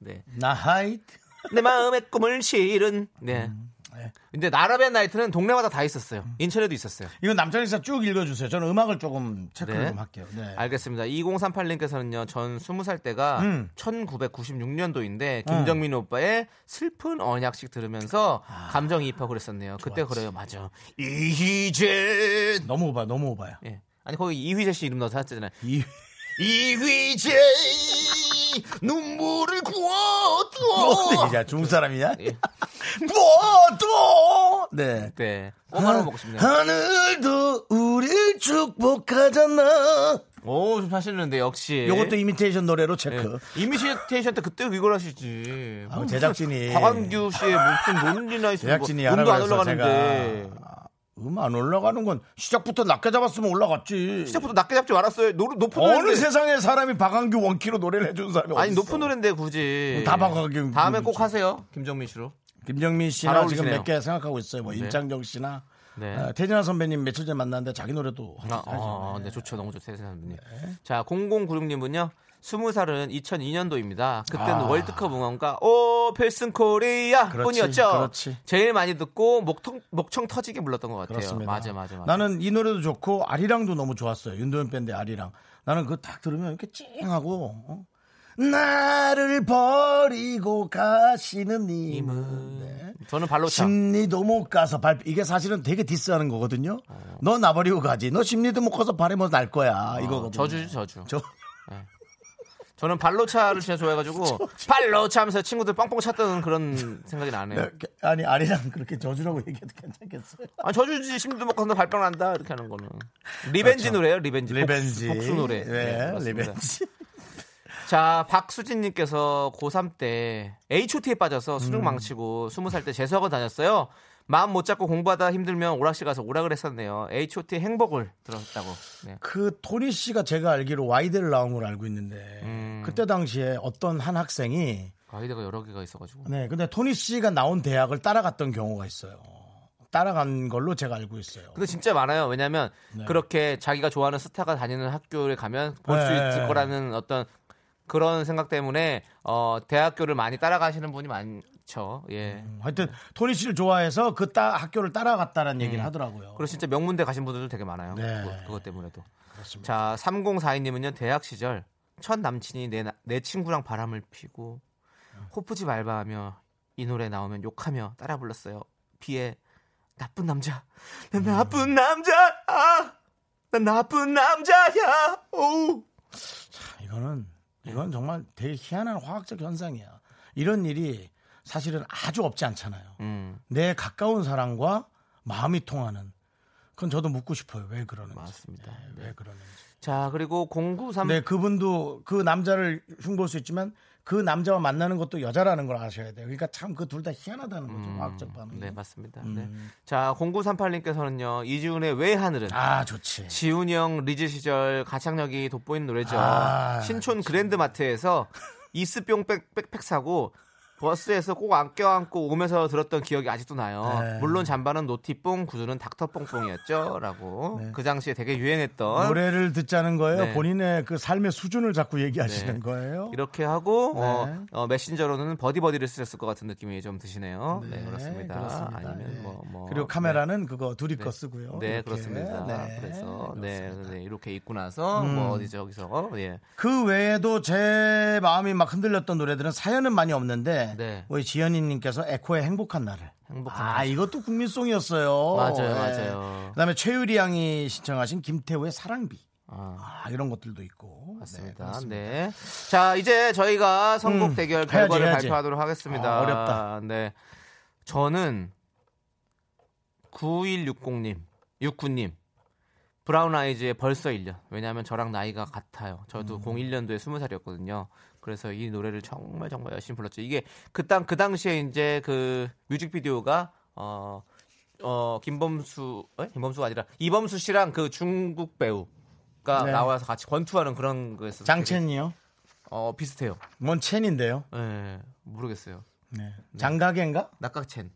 네.
나 하이트.
내 마음의 꿈을 실은. 네.
네. 음.
근데 아라비안 나이트는 동네마다 다 있었어요. 인천에도 있었어요.
이거 남창희 씨쭉 읽어주세요. 저는 음악을 조금 체크를
네.
좀 할게요. 네.
알겠습니다. 2038님께서는요, 전 20살 때가
음.
1996년도인데, 김정민 오빠의 슬픈 언약식 들으면서
아,
감정이입하고 그랬었네요. 그때 그래요, 맞아. 이휘재!
너무 오바, 너무 오바야.
예. 아니, 거기 이휘재 씨 이름 넣어서 했잖아요.
이
이휘재! 눈물을
어,
구워줘!
이제 중사람이냐? *laughs*
예.
모두 네.
네. 꼬마로 먹고 싶네요.
아. 하늘도 우릴 축복하잖아.
오, 좀 하시는데, 역시. 예.
요것도 이미테이션 노래로 체크.
이미테이션 때 그때 이걸 하시지.
아, 제작진이-
박완규 씨의 무슨 논리나 있어.
제작진이
뭐 몸도 안
하라고 해서
올라가는데.
음 안 올라가는 건 시작부터 낮게 잡았으면 올라갔지.
시작부터 낮게 잡지 말았어요. 노, 높은
어느
노래인데.
세상에 사람이 박완규 원키로 노래를 해준 사람이
아니,
어딨어. 음,
높은 노래인데 굳이.
다 박완규
다음에 꼭
부르지.
하세요. 김정민 씨로.
김정민 씨나
잘
지금
어울리시네요.
몇 개 생각하고 있어요. 뭐 임창정 씨나
네.
어, 태진아 선배님 며칠 전에 만났는데 자기 노래도
아, 아, 네, 좋죠. 너무 좋죠. 선생님. 자, 0096님은요. 스무 살은 2002년도입니다. 그때는 월드컵 응원가 오 필승 코리아
아. 그렇지,
뿐이었죠.
그렇지.
제일 많이 듣고 목통, 목청 터지게 불렀던 것 같아요.
그렇습니다.
맞아, 맞아, 맞아.
나는 이 노래도 좋고 아리랑도 너무 좋았어요. 윤도현 밴드 아리랑. 나는 그거 딱 들으면 이렇게 찡하고 어? 나를 버리고 가시는 님은 네.
저는 발로 차.
심리도 못 가서 발 이게 사실은 되게 디스하는 거거든요. 너 나버리고 가지. 너 심리도 못 가서 발에 뭐 날 거야. 이거거든요.
아, 어, 저주죠, 저주.
저-
저는 발로 차를
*laughs*
진짜 좋아해가지고 발로 차면서 친구들 뻥뻥 찼던 그런 생각이 나네요.
아니 아리랑 그렇게 저주라고 얘기해도 괜찮겠어요?
아, 저주지 심도 먹고 너 발병 난다 이렇게 하는 거는 리벤지 노래예요, 리벤지.
그렇죠. 리벤지.
복수, 복수 노래.
네,
그렇습니다.
리벤지.
자, 박수진님께서 고3 때 HOT에 빠져서
음.
수능 망치고 20살 때 재수학원 다녔어요. 마음 못 잡고 공부하다 힘들면 오락실 가서 오락을 했었네요. HOT 의 행복을 들었다고. 네.
그 토니 씨가 제가 알기로 와이드를 나온 걸 알고 있는데
음.
그때 당시에 어떤 한 학생이
가이드가 여러 개가 있어가지고.
네 근데 토니 씨가 나온 대학을 따라갔던 경우가 있어요. 따라간 걸로 제가 알고 있어요.
근데 진짜 많아요. 왜냐하면
네.
그렇게 자기가 좋아하는 스타가 다니는 학교를 가면 볼 수
네.
있을 거라는 어떤 그런 생각 때문에 어, 대학교를 많이 따라가시는 분이 많죠. 예.
하여튼 토니 씨를 좋아해서 그 따, 학교를 따라갔다는 얘기를 하더라고요.
음. 그리고 진짜 명문대 가신 분들도 되게 많아요.
네.
그거, 그것 때문에도. 자, 3042님은요, 대학 시절 첫 남친이 내, 나- 내 친구랑 바람을 피고 호프집 알바하며 이 노래 나오면 욕하며 따라 불렀어요. 비에 나쁜 남자,
음.
난 나쁜 남자야, 아, 난 나쁜 남자야. 오.
이거는
네.
이건 정말 되게 희한한 화학적 현상이야. 이런 일이 사실은 아주 없지 않잖아요.
음,
내 가까운 사람과 마음이 통하는 그건 저도 묻고 싶어요. 왜 그러는지.
맞습니다.
네, 왜 그러는지.
자, 그리고 093
근데 네, 그분도 그 남자를 흉볼 수 있지만 그 남자와 만나는 것도 여자라는 걸 아셔야 돼요. 그러니까 참 그 둘 다 희한하다는 거죠. 과학적 반응.
네, 맞습니다.
음.
네. 자, 0938님께서는요, 이지훈의 왜 하늘은?
아 좋지.
지훈이 형 리즈 시절 가창력이 돋보이는 노래죠.
아,
신촌 그랜드마트에서 이스뿅 백, 백팩 사고 버스에서 꼭 안껴안고 오면서 들었던 기억이 아직도 나요.
네.
물론 잠바는 노티뽕, 구두는 닥터뽕뽕이었죠. 라고. 그 당시에 되게 유행했던.
네. 노래를 듣자는 거예요.
어? 네.
본인의 그 삶의 수준을 자꾸 얘기하시는
네.
거예요.
이렇게 하고
네.
어, 어, 메신저로는 버디버디를 쓰셨을 것 같은 느낌이 좀 드시네요. 네,
네,
그렇습니다. 아니면
네.
뭐, 뭐
그리고 카메라는 그거 둘이 거 쓰고요.
네,
이렇게.
그렇습니다.
네,
그래서 네,
그렇습니다. 음.
네, 이렇게 입고 나서 뭐 어디 저기서 예.
그 외에도 제 마음이 막 흔들렸던 노래들은 사연은 많이 없는데
네.
우리 지연이님께서 에코의 행복한 날을
행복한
아
날이죠.
이것도 국민송이었어요.
맞아요,
예.
맞아요.
그다음에 최유리 양이 신청하신 김태우의 사랑비
아.
아, 이런 것들도 있고
맞습니다. 네. 자, 이제 저희가 선곡
음,
대결
해야지,
결과를
해야지.
발표하도록 하겠습니다.
아, 어렵다.
네. 저는 9160님, 69님, 브라운 아이즈의 벌써 1년. 왜냐하면 저랑 나이가 같아요. 저도 01년도에 20살이었거든요. 그래서 이 노래를 정말 정말 열심히 불렀죠. 이게 그땅그 당시에 이제 그 뮤직비디오가 어, 어 김범수, 에? 김범수가 아니라 이범수 씨랑 그 중국 배우가
네.
나와서 같이 권투하는 그런 거였어요.
장첸이요?
어 비슷해요.
뭔 첸인데요?
예, 모르겠어요.
네. 장가겐가?
낙각첸.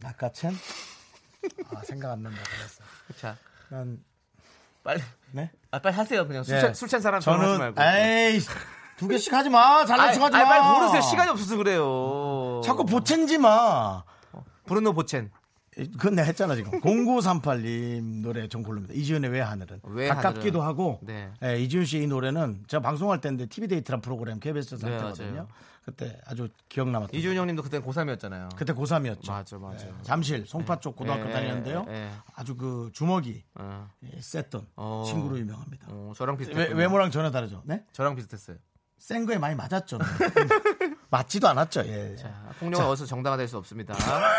낙가첸? 아 생각 안 난다 그랬어.
자,
난
빨리
네.
아 빨리 하세요 그냥
네.
술찬 술찬 사람처럼 하지
저는
말고.
에이 두 개씩 하지 마.
아,
잘난 척
아,
하지 마.
빨리 고르세요. 시간이 없어서 그래요.
자꾸 보챈지 마.
브루노 보첸.
그건 내가 했잖아 지금 0938님 *laughs* 노래 전 골릅니다 이지은의 왜 하늘은
왜
가깝기도
하늘은?
하고
네.
예, 이지은 씨의 이 노래는 제가 방송할 때인데 TV 데이트란 프로그램 KBS에서
네,
했거든요
맞아요.
그때 아주 기억 남았던
이준 형님도 그때 고3이었잖아요.
그때 고3이었죠
맞아, 맞아.
잠실 송파 쪽 고등학교
예,
다니는데요
예, 예.
아주 그 주먹이
어,
예, 셌던
어.
친구로 유명합니다
어, 저랑 비슷했어요.
외, 모랑 전혀 다르죠 네?
저랑 비슷했어요.
센 거에 많이 네. *laughs* 맞았죠 맞지도 않았죠. 예.
자, 폭력은 어디서 정당화될 수 없습니다. *laughs* 자,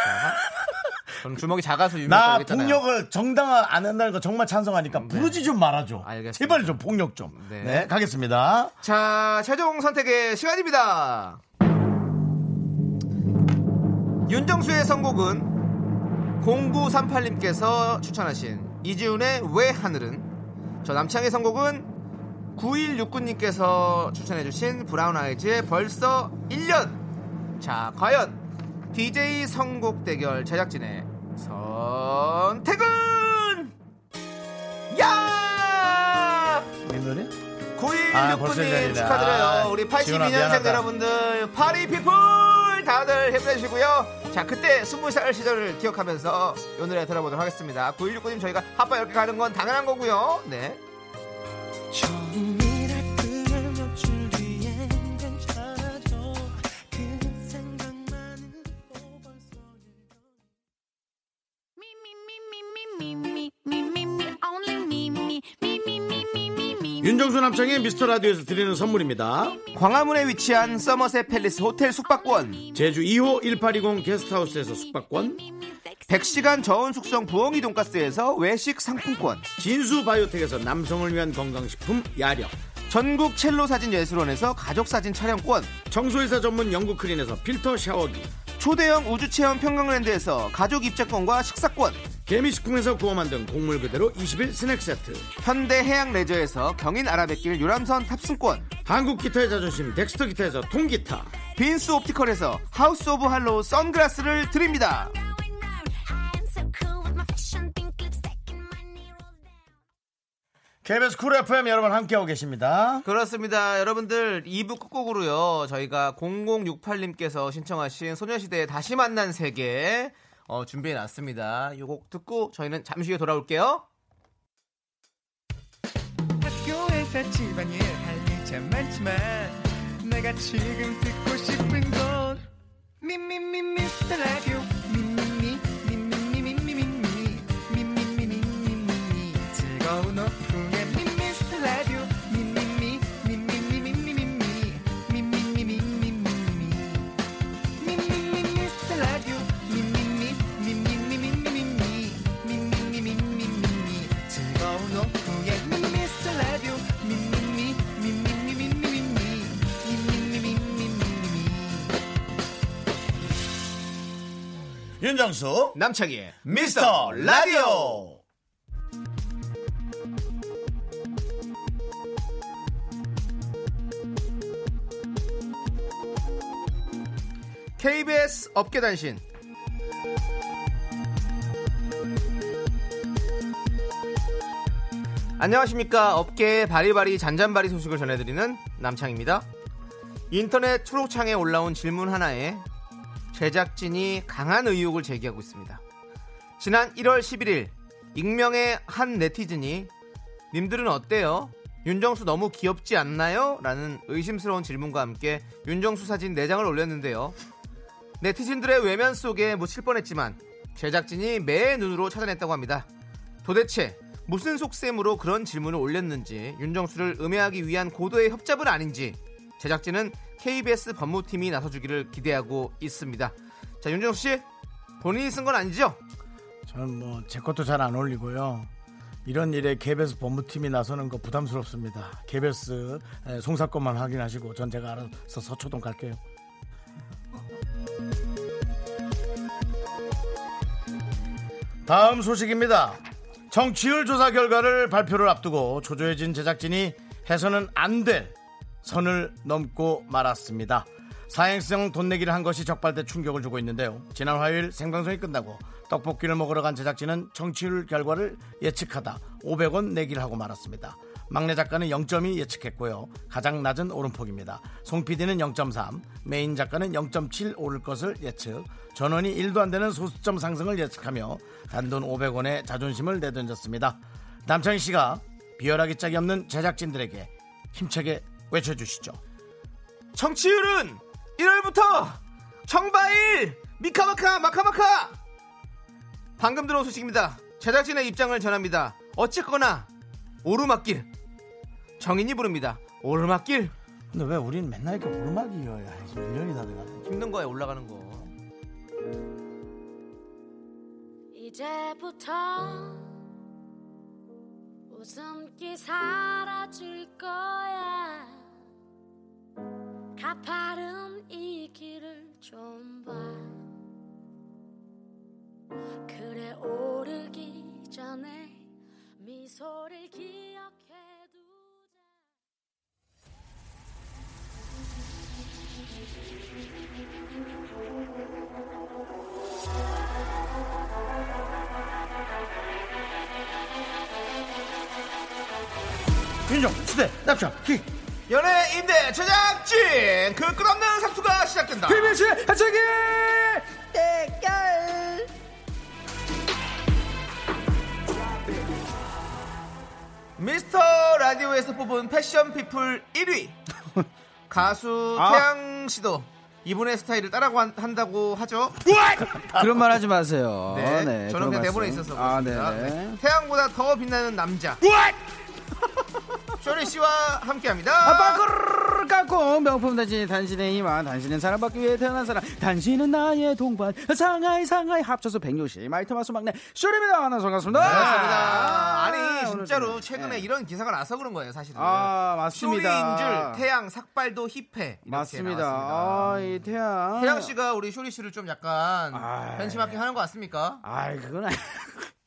저는 주먹이 작아서
나
유명하겠잖아요. 음, 네.
폭력을 정당화 안 한다는 거 정말 찬성하니까 부르지 좀 말아줘.
알겠습니다.
제발 좀 폭력 좀.
네.
네 가겠습니다.
자, 최종 선택의 시간입니다. 윤정수의 선곡은 0938님께서 추천하신 이지훈의 왜 하늘은 저 남창의 선곡은 9169님께서 추천해주신 브라운 아이즈의 벌써 1년 자 과연 DJ 선곡 대결 제작진의 선택은 야
이 노래?
9일
아,
6
벌써
9님
일년이다.
축하드려요. 우리
지훈아,
82년생
미안하다.
여러분들, 파리 피플 다들 힘내시고요. 자, 그때 20살 시절을 기억하면서 이 노래 들어보도록 하겠습니다. 9169님 저희가 핫바 10개 가는 건 당연한 거고요. 네.
Me, me, me, me, me, me, me, me, me, me, only me, me, me, me, me, me, me, me.
윤정수 남창의 미스터 라디오에서 드리는 선물입니다.
광화문에 위치한 서머셋 팰리스 호텔 숙박권,
제주 2호 1820 게스트하우스에서 숙박권,
100시간 저온 숙성 부엉이 돈가스에서 외식 상품권,
진수 바이오텍에서 남성을 위한 건강식품 야력,
전국 첼로 사진 예술원에서 가족 사진 촬영권,
청소회사 전문 영국 크린에서 필터 샤워기,
초대형 우주 체험 평강랜드에서 가족 입장권과 식사권,
개미식품에서 구워 만든 곡물 그대로 20일 스낵 세트,
현대 해양 레저에서 경인 아라뱃길 유람선 탑승권,
한국 기타의 자존심 덱스터 기타에서 통기타,
빈스 옵티컬에서 하우스 오브 할로우 선글라스를 드립니다.
Going round, I am so cool with my fashion pink lipstick and my knee rolls down.
KBS 쿨 FM 여러분 함께하고 계십니다.
그렇습니다. 여러분들 2부 끝곡으로요. 저희가 0068님께서 신청하신 소녀시대의 다시 만난 세계 어, 준비해놨습니다. 이 곡 듣고 저희는 잠시 후에 돌아올게요.
학교에서 집안일 할 일 참 많지만 내가 지금 듣고 싶은 건 미미미 미스터 라디오 미미미 미미미 미미미 미미미 미미미 즐거운 오픈에 미스터 라디오 미미미 미미미 미미미 미미미 미미미 미미미
윤정수
남창희의
미스터 라디오
KBS 업계단신 안녕하십니까 업계의 바리바리 잔잔바리 소식을 전해드리는 남창입니다 인터넷 초록창에 올라온 질문 하나에 제작진이 강한 의혹을 제기하고 있습니다 지난 1월 11일 익명의 한 네티즌이 님들은 어때요? 윤정수 너무 귀엽지 않나요? 라는 의심스러운 질문과 함께 윤정수 사진 4장을 올렸는데요 네티즌들의 외면 속에 묻힐 뻔했지만 제작진이 매의 눈으로 찾아냈다고 합니다. 도대체 무슨 속셈으로 그런 질문을 올렸는지 윤정수를 음해하기 위한 고도의 협잡은 아닌지 제작진은 KBS 법무팀이 나서주기를 기대하고 있습니다. 자 윤정수 씨 본인이 쓴 건 아니죠?
저는 뭐 제 것도 잘 안 올리고요. 이런 일에 KBS 법무팀이 나서는 거 부담스럽습니다. KBS 에, 송사건만 확인하시고 전 제가 알아서 서초동 갈게요. 다음 소식입니다. 정치율 조사 결과를 발표를 앞두고 초조해진 제작진이 해서는 안 될 선을 넘고 말았습니다. 사행성 돈 내기를 한 것이 적발돼 충격을 주고 있는데요. 지난 화요일 생방송이 끝나고 떡볶이를 먹으러 간 제작진은 정치율 결과를 예측하다 500원 내기를 하고 말았습니다. 막내 작가는 0.2 예측했고요. 가장 낮은 오름폭입니다. 송 PD는 0.3, 메인 작가는 0.7 오를 것을 예측, 전원이 1도 안 되는 소수점 상승을 예측하며 단돈 500원의 자존심을 내던졌습니다. 남창희 씨가 비열하기 짝이 없는 제작진들에게 힘차게 외쳐주시죠.
청취율은 1월부터 청바일 미카마카 마카마카 방금 들어온 소식입니다 제작진의 입장을 전합니다 어쨌거나 오르막길 정인이 부릅니다 오르막길
근데 왜 우린 맨날 이렇게 오르막이어야 해? 지금 1년이 다 돼가지고.
힘든 거야 올라가는 거.
이제부터 웃음기 사라질 거야 가파른 이 길을 좀 봐 그래 오르기 전에 미소를 기억해 두자
윤종, 시대, 납작, 기.
연애 임대 제작진 그 끝없는 사투가 시작된다. 미스터 라디오에서 뽑은 패션 피플 1위 가수
아.
태양 씨도 이분의 스타일을 따라한다고 하죠.
그런 말 하지 마세요.
네, 저는
아, 그런
그냥 대본에
말씀.
있어서
아,
그렇습니다.
네네.
네. 태양보다 더 빛나는 남자. *laughs* 쇼리 씨와 함께합니다.
아, 빠꾸르르 깎고 명품 단신 단신의 희망 단신은 사랑받기 위해 태어난 사람 당신은 나의 동반 상하이 상하이 합쳐서 160 마이토마스 막내 쇼리입니다 나서 반갑습니다
반갑습니다. 아니
오늘
진짜로
좀-
최근에
네.
이런 기사가 나서 그런 거예요, 사실은.
아
쇼리인
맞습니다
줄 태양 삭발도 힙해. 이렇게
맞습니다
나왔습니다.
아이 태양
태양 씨가 우리 쇼리 씨를 좀 약간
아이. 네.
변심하게 하는 거 같습니까?
아이 그건 아니 *laughs*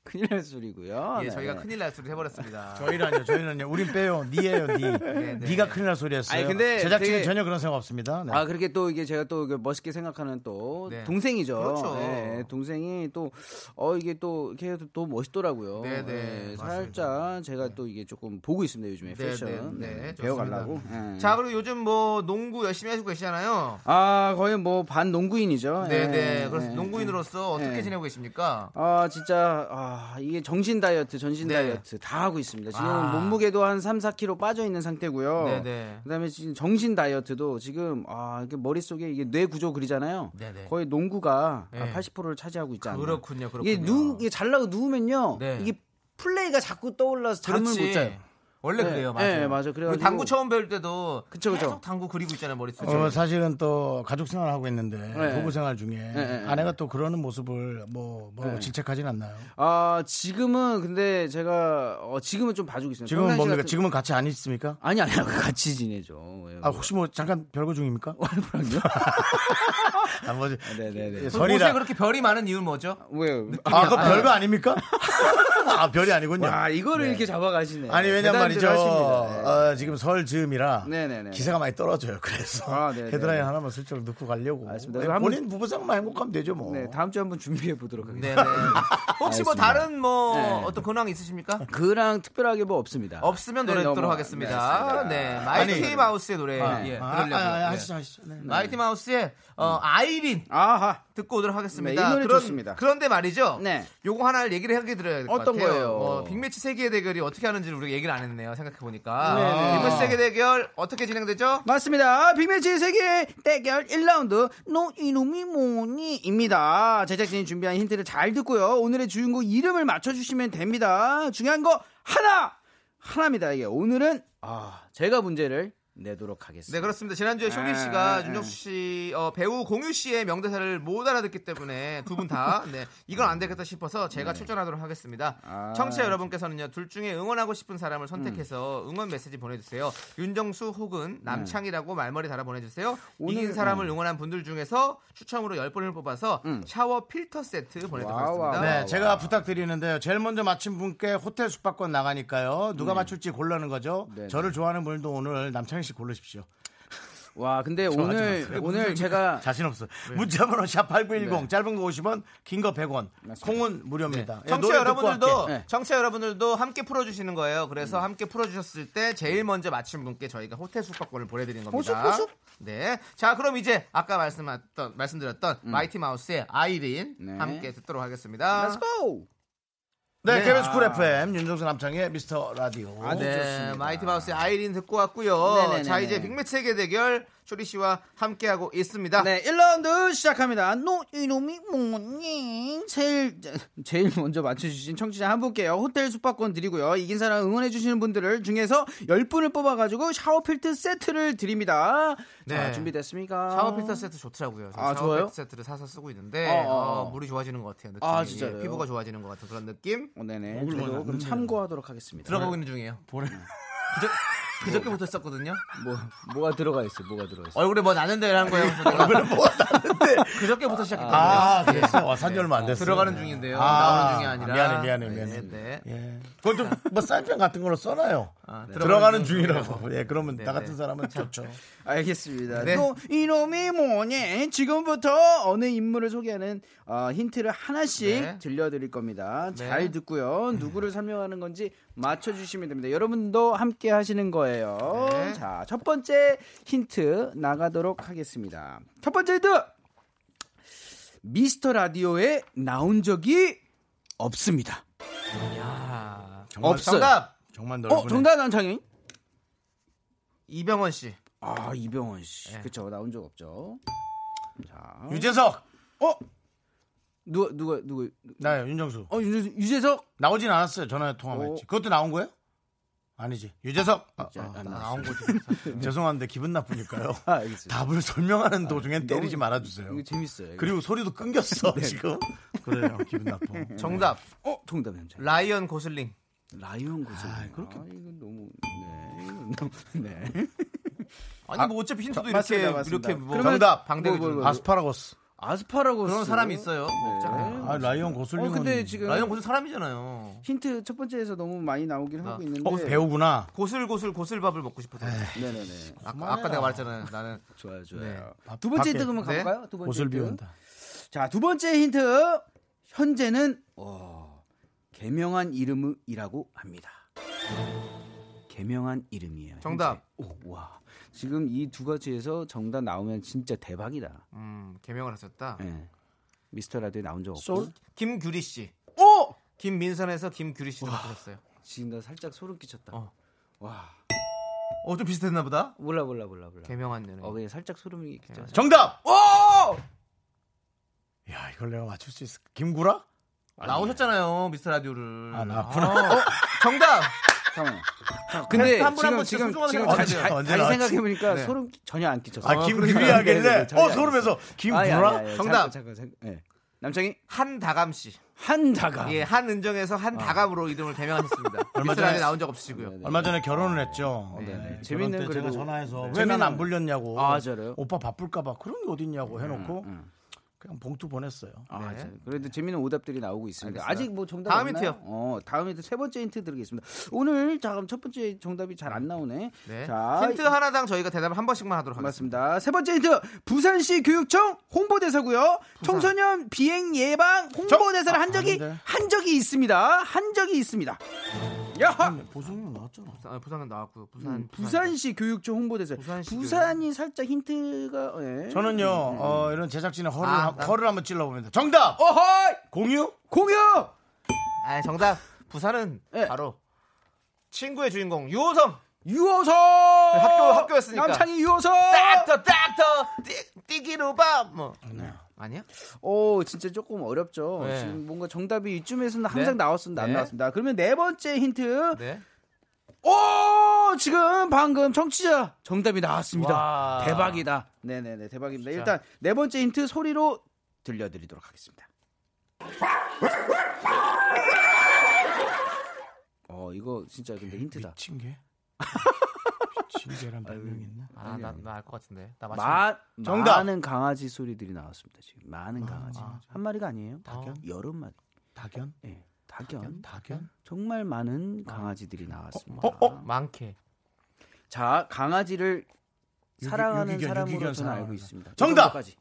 큰일 날 소리고요
예,
네.
저희가 큰일 날 소리를 해버렸습니다.
저희라뇨, 저희는요. 우린 빼요. 니예요, 니. 네,
네.
니가 큰일 날 소리 했어요.
아니, 근데
제작진은
되게-
전혀 그런 생각 없습니다. 네.
아 그렇게 또 이게 제가 또 이게 멋있게 생각하는 또
네.
동생이죠.
그렇죠.
네, 동생이 또 어 이게 또 이렇게 해도 또 멋있더라고요.
네, 네, 맞습니다.
살짝 제가 또 이게 조금 보고 있습니다 요즘에
네,
패션
네, 네, 좋습니다.
배워가려고. 네.
자 그리고 요즘 뭐 농구 열심히 하시고 계시잖아요.
아 거의 뭐 반 농구인이죠.
네네.
예,
그래서
예.
농구인으로서 어떻게
예.
지내고 계십니까?
아 진짜 아 이게 정신 다이어트 전신
네.
다이어트 다 하고 있습니다. 지금
아.
몸무게도 한 3, 4kg 빠져 있는 상태고요.
네네.
그다음에 지금 정신 다이어트도 지금 아 이게 머릿속에 이게 뇌 구조 그리잖아요.
네네.
거의 농구가
네.
한 80%를 차지하고 있지 않나요?
그렇군요, 그렇군요.
이게 누 이게 잘 나고 누우면요.
네.
이게 플레이가 자꾸 떠올라서 잠을
그렇지.
못 자요.
원래
네.
그래요, 맞아요.
네, 맞아요.
그리고
그래가지고-
당구 처음 배울 때도
그쵸, 그쵸.
계속 당구 그리고 있잖아요, 머릿속에.
어, 사실은 또 가족 생활을 하고 있는데 부부 생활 중에
그렇죠. 네, 네.
아내가 또 그러는 모습을 뭐, 뭐 질책하진 않나요?
아 지금은 근데 제가 어, 지금은 좀 봐주고 있어요.
지금은
평상시
뭡니까?
같은-
지금은 같이 안 있습니까?
아니 아니요 *laughs* 같이 지내죠. 예,
아
뭐.
혹시 뭐 잠깐 별거 중입니까? *laughs*
와이프랑요?
아 뭐지?
네네네.
옷에
설이라.
그렇게 별이 많은 이유는 뭐죠?
왜요?
아 그거 별거 아닙니까? *laughs* 아 별이 아니군요.
와 이거를 이렇게 뭐, 잡아가시네.
아니 왜냐 면 말이죠.
대단들하십니다. 네.
어, 지금 설 즈음이라
네네네.
기사가 많이 떨어져요. 그래서
아, 네네.
헤드라인 하나만 슬쩍 넣고 가려고.
알겠습니다.
네,
그럼
본인 부부상만 행복하면 되죠 뭐.
네. 네, 다음 주에 한번 준비해 보도록 하겠습니다. *laughs*
네네. 혹시 뭐
알겠습니다.
다른 뭐
네.
어떤 근황 있으십니까?
그랑 특별하게 뭐 없습니다.
없으면 노래
네,
듣도록
넘어가-
하겠습니다.
네,
네,
알겠습니다.
마이티
아니.
마우스의 노래. 예,
아,
들으려고요.
아, 아,
예.
하시죠 하시죠. 네.
마이티 마우스의
음.
어, 아이린
아하.
듣고 오도록 하겠습니다.
네, 이 노래 좋습니다.
그런데 말이죠.
네.
요거 하나를 얘기를 하게 드려야 될 것
어떤
같아요.
거예요?
어, 빅매치 세계 대결이 어떻게 하는지를 우리가 얘기를 안 했네요. 생각해 보니까.
네, 네.
빅매치 세계 대결 어떻게 진행되죠?
맞습니다. 빅매치 세계 대결 1라운드 너 이놈이 뭐니입니다. 제작진이 준비한 힌트를 잘 듣고요. 오늘의 주인공 이름을 맞춰주시면 됩니다. 중요한 거 하나 하나입니다. 이게 오늘은 아 제가 문제를 내도록 하겠습니다.
네 그렇습니다. 지난주에 쇼리
아,
씨가
아,
윤정수 씨 어, 배우 공유 씨의 명대사를 못 알아듣기 때문에 두 분
*laughs*
다 네, 이건 안 되겠다 싶어서 제가 출전하도록 하겠습니다.
네. 아.
청취자 여러분께서는요 둘 중에 응원하고 싶은 사람을 선택해서
음.
응원 메시지 보내주세요. 윤정수 혹은 남창이라고 말머리 달아 보내주세요.
네. 오늘- 음.
이긴 사람을 응원한 분들 중에서 추첨으로 열 분을 뽑아서 샤워 필터 세트
와우, 와우.
보내드리겠습니다.
네,
아, 와,
제가 부탁드리는데요. 제일 먼저 맞힌 분께 호텔 숙박권 나가니까요. 누가 맞출지 고르는 거죠.
음. 네,
저를 좋아하는 분도 오늘 남창희 씨 고르십시오.
와 근데 오늘
마세요.
오늘 제가 네.
자신 없어. 문자번호 샵8910 짧은 거 50원, 긴 거 100원. 콩은 무료입니다. 예,
청취자
노래 듣고
여러분들도
할게.
네.
청취자 여러분들도 함께 풀어주시는 거예요. 그래서 함께 풀어주셨을 때 제일 먼저 맞힌 분께 저희가 호텔 숙박권을 보내드린 겁니다.
보습, 보습.
네, 자 그럼 이제 아까 말씀했던 말씀드렸던 마이티 마우스의 아이린
음. 네.
함께 듣도록 하겠습니다.
Let's go.
네,
네.
KBS 쿨 FM 윤정수 남창의 미스터 라디오.
아. 아주
네,
좋습니다.
마이티 마우스의 아이린 듣고 왔고요.
네네네네.
자 이제 빅매치 세계 대결 쇼리 씨와 함께하고 있습니다.
네, 1라운드 시작합니다. 노 이놈이 뭐니? 제일 제일 먼저 맞춰주신 청취자 한 분께요. 호텔 숙박권 드리고요. 이긴 사람 응원해주시는 분들을 중에서 10분을 뽑아가지고 샤워 필터 세트를 드립니다. 자,
네.
준비됐습니까?
샤워 필터 세트 좋더라고요. 저는
아,
샤워
좋아요?
필터 세트를 사서 쓰고 있는데
어, 어.
어, 물이 좋아지는 것 같아요. 느낌이.
아, 진짜로요?
예, 피부가 좋아지는 것 같은 그런 느낌
어, 네네.
먹을 만한
저도 그럼
음료는.
참고하도록 하겠습니다.
들어가고 있는 중이에요.
보내.
그저, 그저께부터 썼거든요.
음. 뭐 뭐가 들어가 있어? 뭐가 들어가 있어?
얼굴에 뭐 나는데라는
*laughs*
거예요. 얼굴에 뭐 나는데. 그저께부터 시작했거든요. 예.
아, 그랬어. 와, 산지 얼마 안 됐어.
들어가는 중인데요.
아,
나오는 중이 아니라.
미안해, 미안해, 미안해.
네, 네.
예. 그건 좀뭐 사이펜 같은 걸로 써놔요.
아, 들어가는
들어가는
중.
중이라고. 예, 그러면 나 같은
네.
사람은 좋죠.
알겠습니다.
네.
노 이놈이 뭐니? 지금부터 어느 인물을 소개하는 어, 힌트를 하나씩
네.
들려드릴 겁니다.
네.
잘 듣고요. 누구를 설명하는 건지 맞춰주시면 됩니다. 여러분도 함께 하시는 거예요.
네.
자, 첫 번째 힌트 나가도록 하겠습니다. 첫 번째 힌트! 미스터 라디오에 나온 적이 없습니다.
야.
정말
없어요.
정답
정말 넓은.
어, 정답 난창이?
이병헌 씨.
아, 이병헌 씨.
네.
그쵸, 나온 적 없죠. 자.
유재석.
어? 누가 누가 누가
나요, 네, 윤정수.
어 유재석, 유재석?
나오진 않았어요. 전화 통화만
어.
했지. 그것도 나온 거예요? 아니지. 유재석. 아,
야,
아,
안
나-
나온 거지.
*laughs* 죄송한데 기분 *laughs* 나쁘니까요.
아, 알겠습니다.
답을 설명하는 도중엔 때리지 말아주세요.
이거 재밌어요. 그리고
그리고 소리도 끊겼어 지금. 네. *laughs* 그래요. 기분 나빠.
정답
어 동답 남자
라이언 고슬링.
라이언 고슬. 아, 그렇게 이거 너무 네 이건 너무 *laughs* 네.
아니 뭐 어차피 힌트도 이렇게
맞습니다, 맞습니다.
이렇게 뭐
그러면-
정답 방대기
뭐, 네. 뭐, 뭐.
아스파라거스.
아스파라고스
그런 사람이 있어요. 없잖아요.
아 라이언 고슬링은.
어 근데 지금
라이언 고슬 사람이잖아요.
힌트 첫 번째에서 너무 많이 나오긴 하고 있는데.
어, 배우구나.
고슬고슬 고슬밥을 먹고 싶어서.
네네네.
아까, 아까 내가 말했잖아요. 나는
*laughs* 좋아요
네.
좋아요. 두 번째
밖에-
힌트 그러면
네.
가볼까요? 두 번째
옷을
힌트.
비운다.
자두 번째 힌트 현재는 어, 개명한 이름이라고 합니다. 개명한 이름이에요. 현재.
정답.
오, 와 지금 이 두 가지에서 정답 나오면 진짜 대박이다.
음, 개명을 하셨다.
예. 미스터 라디오 에 나온 적 없고
김규리 씨.
오
김민선에서 김규리 씨도 바꾸셨어요.
지금 나 살짝 소름 끼쳤다.
어.
와
어, 좀 비슷했나 보다.
몰라 몰라 몰라 몰라.
개명한 연예인.
어 그냥 살짝 소름이 끼쳤어.
정답!
야 이걸 내가 맞출 수 있을까? 김구라?
나오셨잖아요, 미스터 라디오를.
아, 나왔구나.
어, 정답!
잠깐만. 근데
한 분, 한
지금
분 진짜
지금
소중한
지금
사람
잘,
같아요.
잘,
언제
잘
나왔지?
생각해보니까
네.
소름 끼- 전혀 안 끼쳤어.
아 김규리
그러니까. 네,
하길래.
네, 전혀
어
안
소름에서
끼쳤어. 아니, 아니,
김구라?
아니, 아니,
정답.
잠깐, 잠깐, 잠깐. 예. 남창이
한다감 씨.
한다가.
예, 한은정에서
아.
한다감으로 이름을
*laughs*
개명하셨습니다.
얼마
미스터
전에-
라디오 나온 적 없으시고요.
얼마 전에 결혼을 했죠.
네, 네.
결혼
재밌는
때
그래도-
제가 전화해서
네.
왜 난 안
재밌는-
불렸냐고.
아, 저래요?
오빠 바쁠까봐 그런 게 어딨냐고 해놓고
음.
그냥 봉투 보냈어요.
아,
네.
자, 그래도 재밌는 오답들이 나오고 있습니다.
알겠습니다.
아직 뭐 정답
다음
없나요?
힌트요.
어, 다음 힌트 세 번째 힌트 드리겠습니다. 오늘 자 그럼 첫 번째 정답이 잘 안 나오네.
네.
자,
힌트 하나당 저희가 대답을 한 번씩만 하도록 하겠습니다.
맞습니다. 세 번째 힌트 부산시 교육청 홍보대사고요. 청소년 비행 예방 홍보대사를 한 적이
아닌데.
한 적이 있습니다. 한 적이 있습니다. 야하.
보승용 나왔잖아.
부산, 부산은 나왔고요. 부산.
음,
부산이다.
부산시 교육청 홍보대사.
부산시
부산이 살짝 힌트가 예.
저는요 어, 이런 제작진의 허를
아,
한-
난-
허를 한번 찔러봅니다. 정답.
어허이
공유?
공유.
아, 정답. 부산은
네. 어!
바로 친구의 주인공 유호성.
유호서
네, 학교- 학교였으니까.
남창이 유호서
딱터 딱터 띠- 띠기로 밥뭐 아니야?
오 진짜 조금 어렵죠
네.
지금 뭔가 정답이 이쯤에서는 항상
네.
나왔습니다 안
네.
나왔습니다 그러면 네 번째 힌트
네.
오 지금 방금 청취자 정답이 나왔습니다
와.
대박이다 네네네 대박입니다 일단 네 번째 힌트 소리로 들려드리도록 하겠습니다 어 이거 진짜 근데 힌트다
미친 개. 미친 개란 별명 있나?
아나알것 같은데. 나 맞춰.
마,
정답.
많은 강아지 소리들이 나왔습니다 지금 많은 강아지 한 마리가 아니에요 어,
닭이요?
여러 마리
다견?
예 다견
다견?
정말 많은 강아지들이 나왔습니다.
어, 어?
많게.
자, 강아지를
유기-
사랑하는
유기견,
사람으로
유기견
저는
사랑하는
알고
사람.
있습니다.
정답!
까지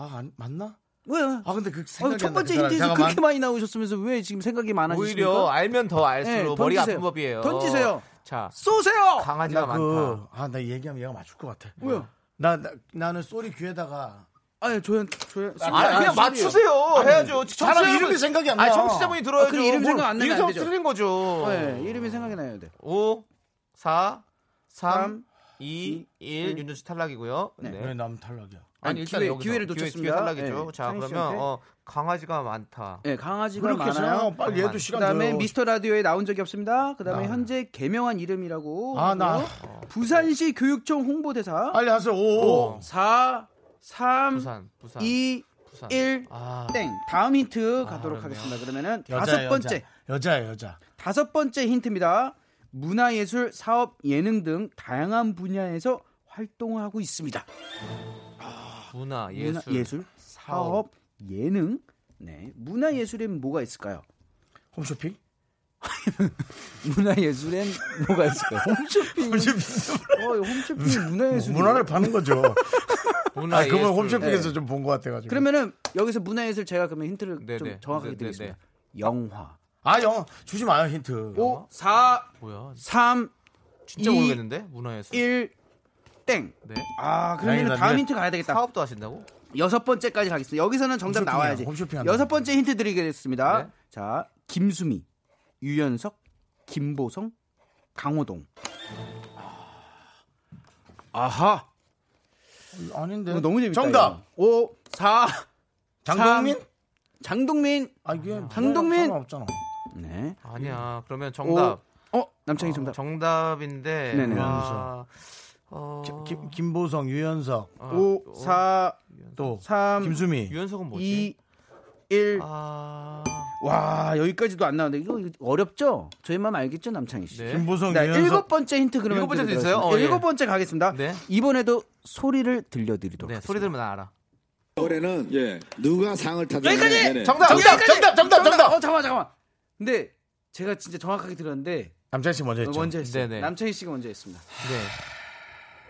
아 안- 맞나?
왜?
아 근데 그
아유,
생각이
첫
안 나.
번째
잠깐만,
힌트에서
잠깐만.
그렇게 많이 나오셨으면서 왜 지금 생각이 많아지십니까?
오히려 알면 더 알수록
네,
머리가
던지세요.
아픈 법이에요.
던지세요. 어!
자,
쏘세요!
강아지가
나 그,
많다.
아, 나 얘기하면 얘가 맞출 것 같아.
왜요?
나, 나 나는 소리 귀에다가
아니, 예, 조연, 조연.
아니, 그냥 맞추세요. 해야죠.
사람 이름이 생각이 안 나.
아니, 청취자분이 들어야죠.
아, 그럼 이름 생각 안 나면 안
이름
되죠.
틀린 거죠.
네, 이름이 생각이 나야 돼.
5 4 3,
3,
2, 1 윤정씨 탈락이고요. 네.
왜 남 탈락이야?
아니, 기회- 기회를 놓쳤습니다.
기회 탈락이죠.
네,
자
창희
그러면
씨한테.
어, 강아지가 많다.
네, 강아지가
그렇게
많아요.
해서 빨리 얘도
그
시간
그다음에
줘요.
미스터 라디오에 나온 적이 없습니다. 그다음에
나-
현재 개명한 이름이라고
아, 나- 아,
하고요. 부산시 교육청 홍보대사
빨리 하세요. 오.
어,
4 3
부산, 부산,
2
부산.
1
아,
땡. 다음 힌트 가도록
그러네요.
하겠습니다. 그러면은
아, 여자야,
다섯 번째
여자. 여자야, 여자.
다섯 번째 힌트입니다. 문화예술, 사업, 예능 등 다양한 분야에서 활동하고 있습니다.
문화,
문화,
예술,
예술, 사업, 예능. 네. 문화예술엔 뭐가 있을까요?
홈쇼핑?
문화예술엔 뭐가 있을까요? *laughs* 홈쇼핑. 어, 홈쇼핑 문화예술.
어, 문화를 파는 거죠.
*laughs*
문화,
아, 그걸
예술.
홈쇼핑에서 좀 본 것 같아가지고.
그러면은 여기서 문화예술 제가 그러면 힌트를
네,
좀
네.
정확하게
네, 네,
드리겠습니다. 영화.
아, 영 주지 마요 힌트.
5 4
뭐야?
3
진짜
이-
모르겠는데 문화 예술.
1 땡.
네.
아, 그러면
다행이다.
다음
네.
힌트 가야 되겠다.
사업도 하신다고?
여섯 번째까지 가겠습니다. 여기서는 정답
홈쇼핑이야,
나와야지.
홈쇼핑 한다.
여섯 번째 힌트 드리겠습니다.
네.
자, 김수미, 유연석, 김보성, 강호동. 아. 아하.
아닌데.
이거 너무 재밌다.
정답.
5 4
장동민?
장동민.
아, 이게 뭐,
장동민?
없잖아.
네.
아니야. 그러면 정답.
오, 어,
아,
남창희 정답.
정답인데.
네네.
와, 어,
김, 김보성, 유연석,
아, 어,
오, 사,
또
삼,
김수미.
유연석은 뭐지?
이, 일.
아,
와, 여기까지도 안 나왔는데 이거 이거 어렵죠? 저희 마음 알겠죠, 남창희 씨?
네.
김보성,
네,
유연석.
일곱 번째 힌트 그러면
일곱 번째도
드리도록
있어요?
하겠습니다.
어, 예.
일곱 번째 가겠습니다.
네.
이번에도 소리를 들려드리도록
네. 소리
하겠습니다.
들으면 나 알아.
올해는 누가 상을 타든
여기까지!
정답, 정답, 정답, 정답, 정답.
어, 잠깐만, 잠깐만. 근데 제가 진짜 정확하게 들었는데
남자 씨그 먼저 했죠.
먼저 했어요.
네네.
남창희 씨가 먼저 했습니다.
네.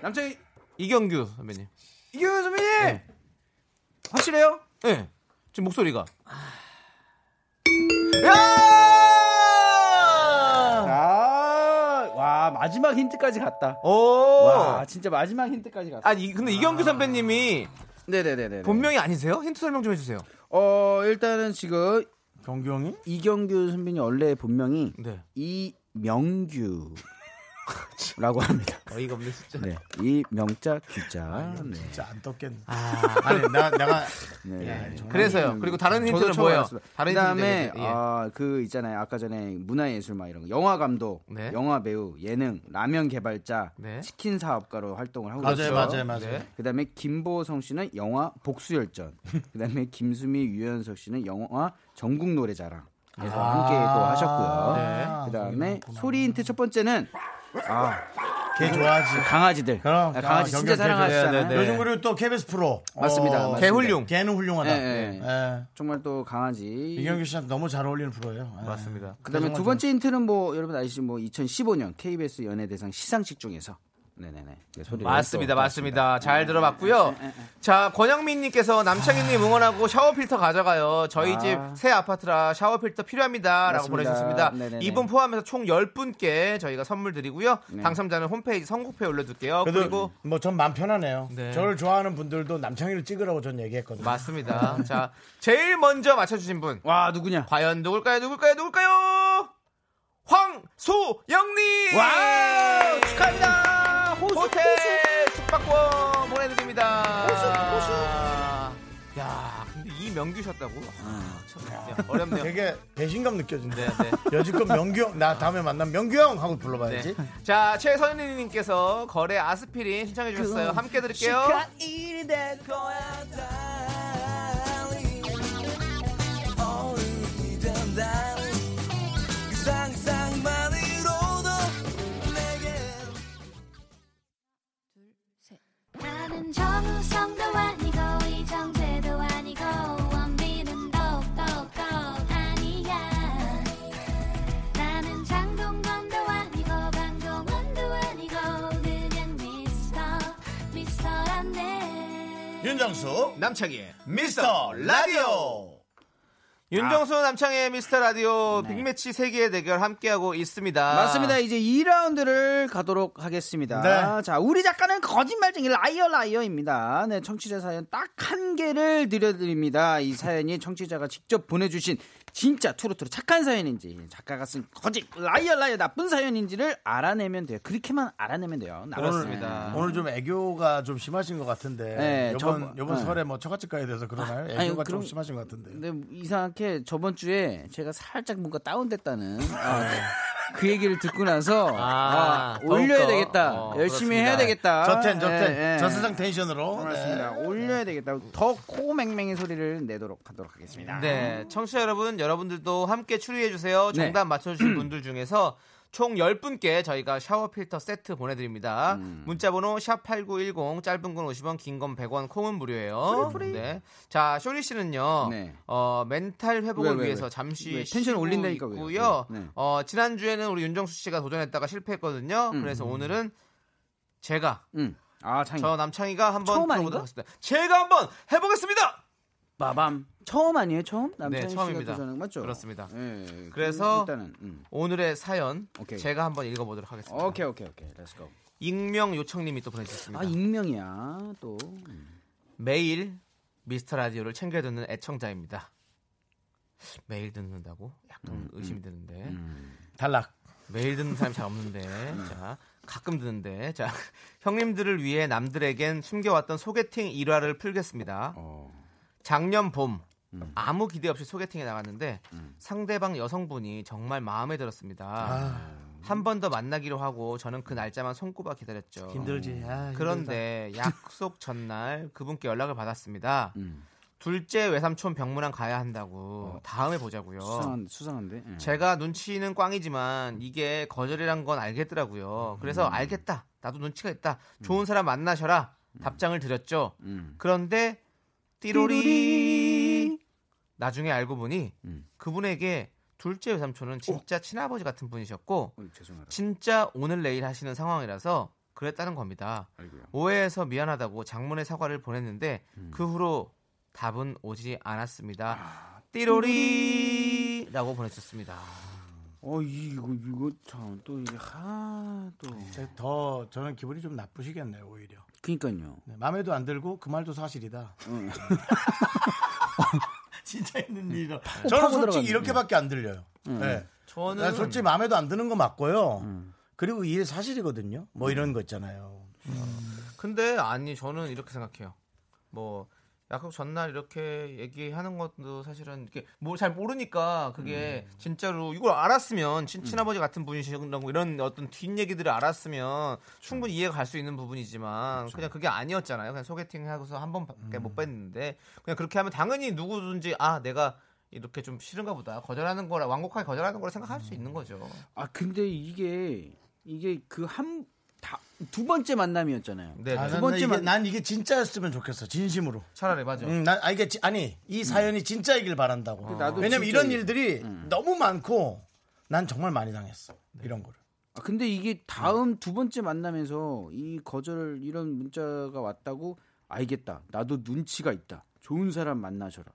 남창희
이경규 선배님.
이경현 선배님 확실해요?
예. 지금 목소리가.
아, 와 마지막 힌트까지 갔다.
오.
와 진짜 마지막 힌트까지 갔다.
아니 근데 이경규 선배님이
네네네네.
본명이 아니세요? 힌트 설명 좀 해주세요.
어 일단은 지금
경경이?
이경규 선배님 원래 본명이
네.
이명규라고 합니다.
어이가 없네 진짜.
네, 이명자 규자. 네.
진짜 안 떴겠네.
아,
아니, 나, 내가.
네.
그래서요. 그리고 다른
저도
힌트는
처음
뭐예요?
알았습니다.
다른 예.
그다음에
힌트는
아, 그 있잖아요. 아까 전에 문화예술 막 이런 거, 영화 감독,
네.
영화 배우, 예능, 라면 개발자,
네.
치킨 사업가로 활동을 하고
맞아요,
있어요.
맞아요, 맞아요.
네.
그다음에 김보성 씨는 영화 복수열전. 그다음에 김수미, 유연석 씨는 영화 전국 노래자랑에서 함께 또 하셨고요.
네.
그다음에 소리 힌트 첫 번째는
걔 좋아하지.
강아지들.
그럼,
아, 강아지
아,
진짜
경쟁
사랑하시잖아요.
네.
요즘 그리고 또 KBS 프로.
맞습니다, 맞습니다.
개훌륭.
걔는 훌륭하다.
예, 예.
예.
정말 또 강아지.
이경규 씨한테 너무 잘 어울리는 프로예요. 예.
맞습니다.
그다음에 두 번째 힌트는 뭐 여러분 아시죠? 뭐 2015년 KBS 연예대상 시상식 중에서 네네네 네, 소리를
맞습니다,
또-
맞습니다. 잘 들어봤고요. 자, 권영민님께서 남창희님 응원하고 샤워 필터 가져가요. 저희
아.
집 새 아파트라 샤워 필터 필요합니다라고
맞습니다.
보내주셨습니다.
네네네.
이분 포함해서 총 10분께 저희가 선물 드리고요. 당첨자는 홈페이지 선곡표에 올려둘게요.
그래도
그리고
뭐 전 맘 편하네요.
네.
저를 좋아하는 분들도 남창희를 찍으라고 전 얘기했거든요.
맞습니다. 자, 제일 먼저 맞춰주신 분
와 누구냐?
과연 누굴까요? 누굴까요? 누굴까요? 황소영님!
와 축하합니다. 호수
호텔 숙박권 보내드립니다.
호수,
야, 근데 이 명규셨다고? 아, 참, 야, 어렵네요.
되게 배신감 느껴진다.
네, 네.
여지껏 명규 형, 나 다음에 만나면 명규 형 하고
네.
불러봐야지.
자, 최선희님께서 거래 아스피린 신청해
그
주셨어요. 함께 들을게요.
나는 정우성도 아니고 이정재도 아니고 원빈은 더욱더 아니야 나는 장동건도 아니고 방종원도 아니고 그냥 미스터 미스터란데
윤정수
남창희의
미스터 라디오.
윤정수
아.
남창의 미스터 라디오 빅매치 세개의 대결 함께하고 있습니다.
네. 맞습니다. 이제 2라운드를 가도록 하겠습니다.
네.
자, 우리 작가는 거짓말쟁이 라이어 라이어입니다. 네, 청취자 사연 딱 한 개를 드려드립니다. 이 사연이 청취자가 직접 보내주신 진짜 투루투루 착한 사연인지 작가가 쓴 거짓 라이어 라이어 나쁜 사연인지를 알아내면 돼요. 그렇게만 알아내면 돼요.
그렇습니다.
오늘 좀 애교가 좀 심하신 것 같은데
네,
이번
저-
이번
네.
설에 뭐 처갓집 가야 돼서 그러나요? 애교가
아니,
좀
그럼- 네.
심하신 것 같은데.
네.
근데 이상하게 저번 주에 제가 살짝 뭔가 다운됐다는 아, 그 얘기를 듣고 나서
아,
아, 올려야
더욱더.
되겠다.
어, 그렇습니다.
열심히
네.
해야 되겠다.
저텐 저텐
예, 예.
저세상 텐션으로. 네.
그렇습니다. 올려야 되겠다. 더 코맹맹이 소리를 내도록 하도록 하겠습니다.
네, 청취자 여러분, 여러분들도 함께 추리해주세요.
네.
정답
*clears throat*
맞춰주신 분들 중에서 총 10분께 저희가 샤워 필터 세트 보내드립니다.
음.
문자번호 샵8910, 짧은 건 50원, 긴 건 100원, 콩은 무료예요. 네. 자, 쇼리 씨는요,
네.
어, 멘탈 회복을
왜, 왜, 왜?
위해서 잠시
왜? 텐션을
텐션을
올린다니까
올린다니까
왜?
있고요.
네, 네.
어, 지난주에는 우리 윤정수 씨가 도전했다가 실패했거든요. 그래서 오늘은 제가,
음. 아, 창이.
저 남창희가 한번
처음 아닌가?
해보도록 하겠습니다. 제가 한번 해보겠습니다!
빠밤. 처음 아니에요? 처음? 남창희
네, 처음입니다.
씨가 도전한 거 맞죠?
그렇습니다.
예,
그래서-
일단은 음.
오늘의 사연
오케이.
제가 한번 읽어보도록 하겠습니다.
오케이, 오케이, 오케이. 렛츠고.
익명 요청님이 또 보내주셨습니다.
아, 익명이야. 또.
매일 미스터 라디오를 챙겨 듣는 애청자입니다. 매일 듣는다고 약간
음,
의심이 드는데
탈락.
매일 듣는 사람이 잘 없는데
음.
자 가끔 듣는데 자 형님들을 위해 남들에겐 숨겨왔던 소개팅 일화를 풀겠습니다.
어.
작년 봄
음.
아무 기대 없이 소개팅에 나갔는데 상대방 여성분이 정말 마음에 들었습니다.
아.
한 번 더 만나기로 하고 저는 그 날짜만 손꼽아 기다렸죠.
힘들지. 아,
그런데 약속 전날 그분께 연락을 받았습니다. 둘째 외삼촌 병문안 가야 한다고 다음에 보자고요.
수상한, 수상한데. 예.
제가 눈치는 꽝이지만 이게 거절이란 건 알겠더라고요. 그래서 알겠다. 나도 눈치가 있다. 좋은 사람 만나셔라. 답장을 드렸죠.
음.
그런데 띠로리 나중에 알고 보니 그분에게 둘째 외삼촌은 진짜 친아버지 같은 분이셨고
어, 죄송합니다.
진짜 오늘 내일 하시는 상황이라서 그랬다는 겁니다.
아이고야.
오해해서 미안하다고 장문의 사과를 보냈는데 그 후로 답은 오지 않았습니다. 띠로리라고 보내셨습니다.
어, 이- 이거, 이거 참, 또 이게, 하, 또.
진짜 더 저는 기분이 좀 나쁘시겠네요 오히려.
그니까요.
네, 마음에도 안 들고 그 말도 사실이다.
음.
*laughs* 진짜 있는 일이라. 저는
파고 음.
솔직히
들어갔네.
이렇게밖에 안 들려요. 네.
저는
난 솔직히 마음에도 안 드는 거 맞고요.
음.
그리고 이게 사실이거든요. 뭐 이런 거 있잖아요.
근데 아니 저는 이렇게 생각해요. 뭐 약속 전날 이렇게 얘기하는 것도 사실은 이렇게 뭘 잘 모르니까 그게
음.
진짜로 이걸 알았으면 친, 친아버지 같은 분이시라고 이런 어떤 뒷얘기들을 알았으면
음.
충분히 이해가 갈 수 있는 부분이지만 그냥 그게 아니었잖아요. 그냥 소개팅 하고서 한 번밖에
음.
못 뵀는데 그냥 그렇게 하면 당연히 누구든지 아 내가 이렇게 좀 싫은가 보다 거절하는 거라 완곡하게 거절하는 거라 생각할
음.
수 있는 거죠.
아, 근데 이게, 이게 그 한, 다, 두 번째 만남이었잖아요.
네,
아,
네.
난, 난,
번째
이게,
만-
난 이게 진짜였으면 좋겠어. 진심으로.
차라리 맞아.
음, 난 아, 이게 지- 아니 이 사연이 진짜이길 바란다고.
음. 나도 음.
왜냐면
진짜
이런
이-
일들이 너무 많고 난 정말 많이 당했어. 이런 거를.
아, 근데 이게 다음 두 번째 만나면서 이 거절 이런 문자가 왔다고 알겠다. 나도 눈치가 있다. 좋은 사람 만나셔라.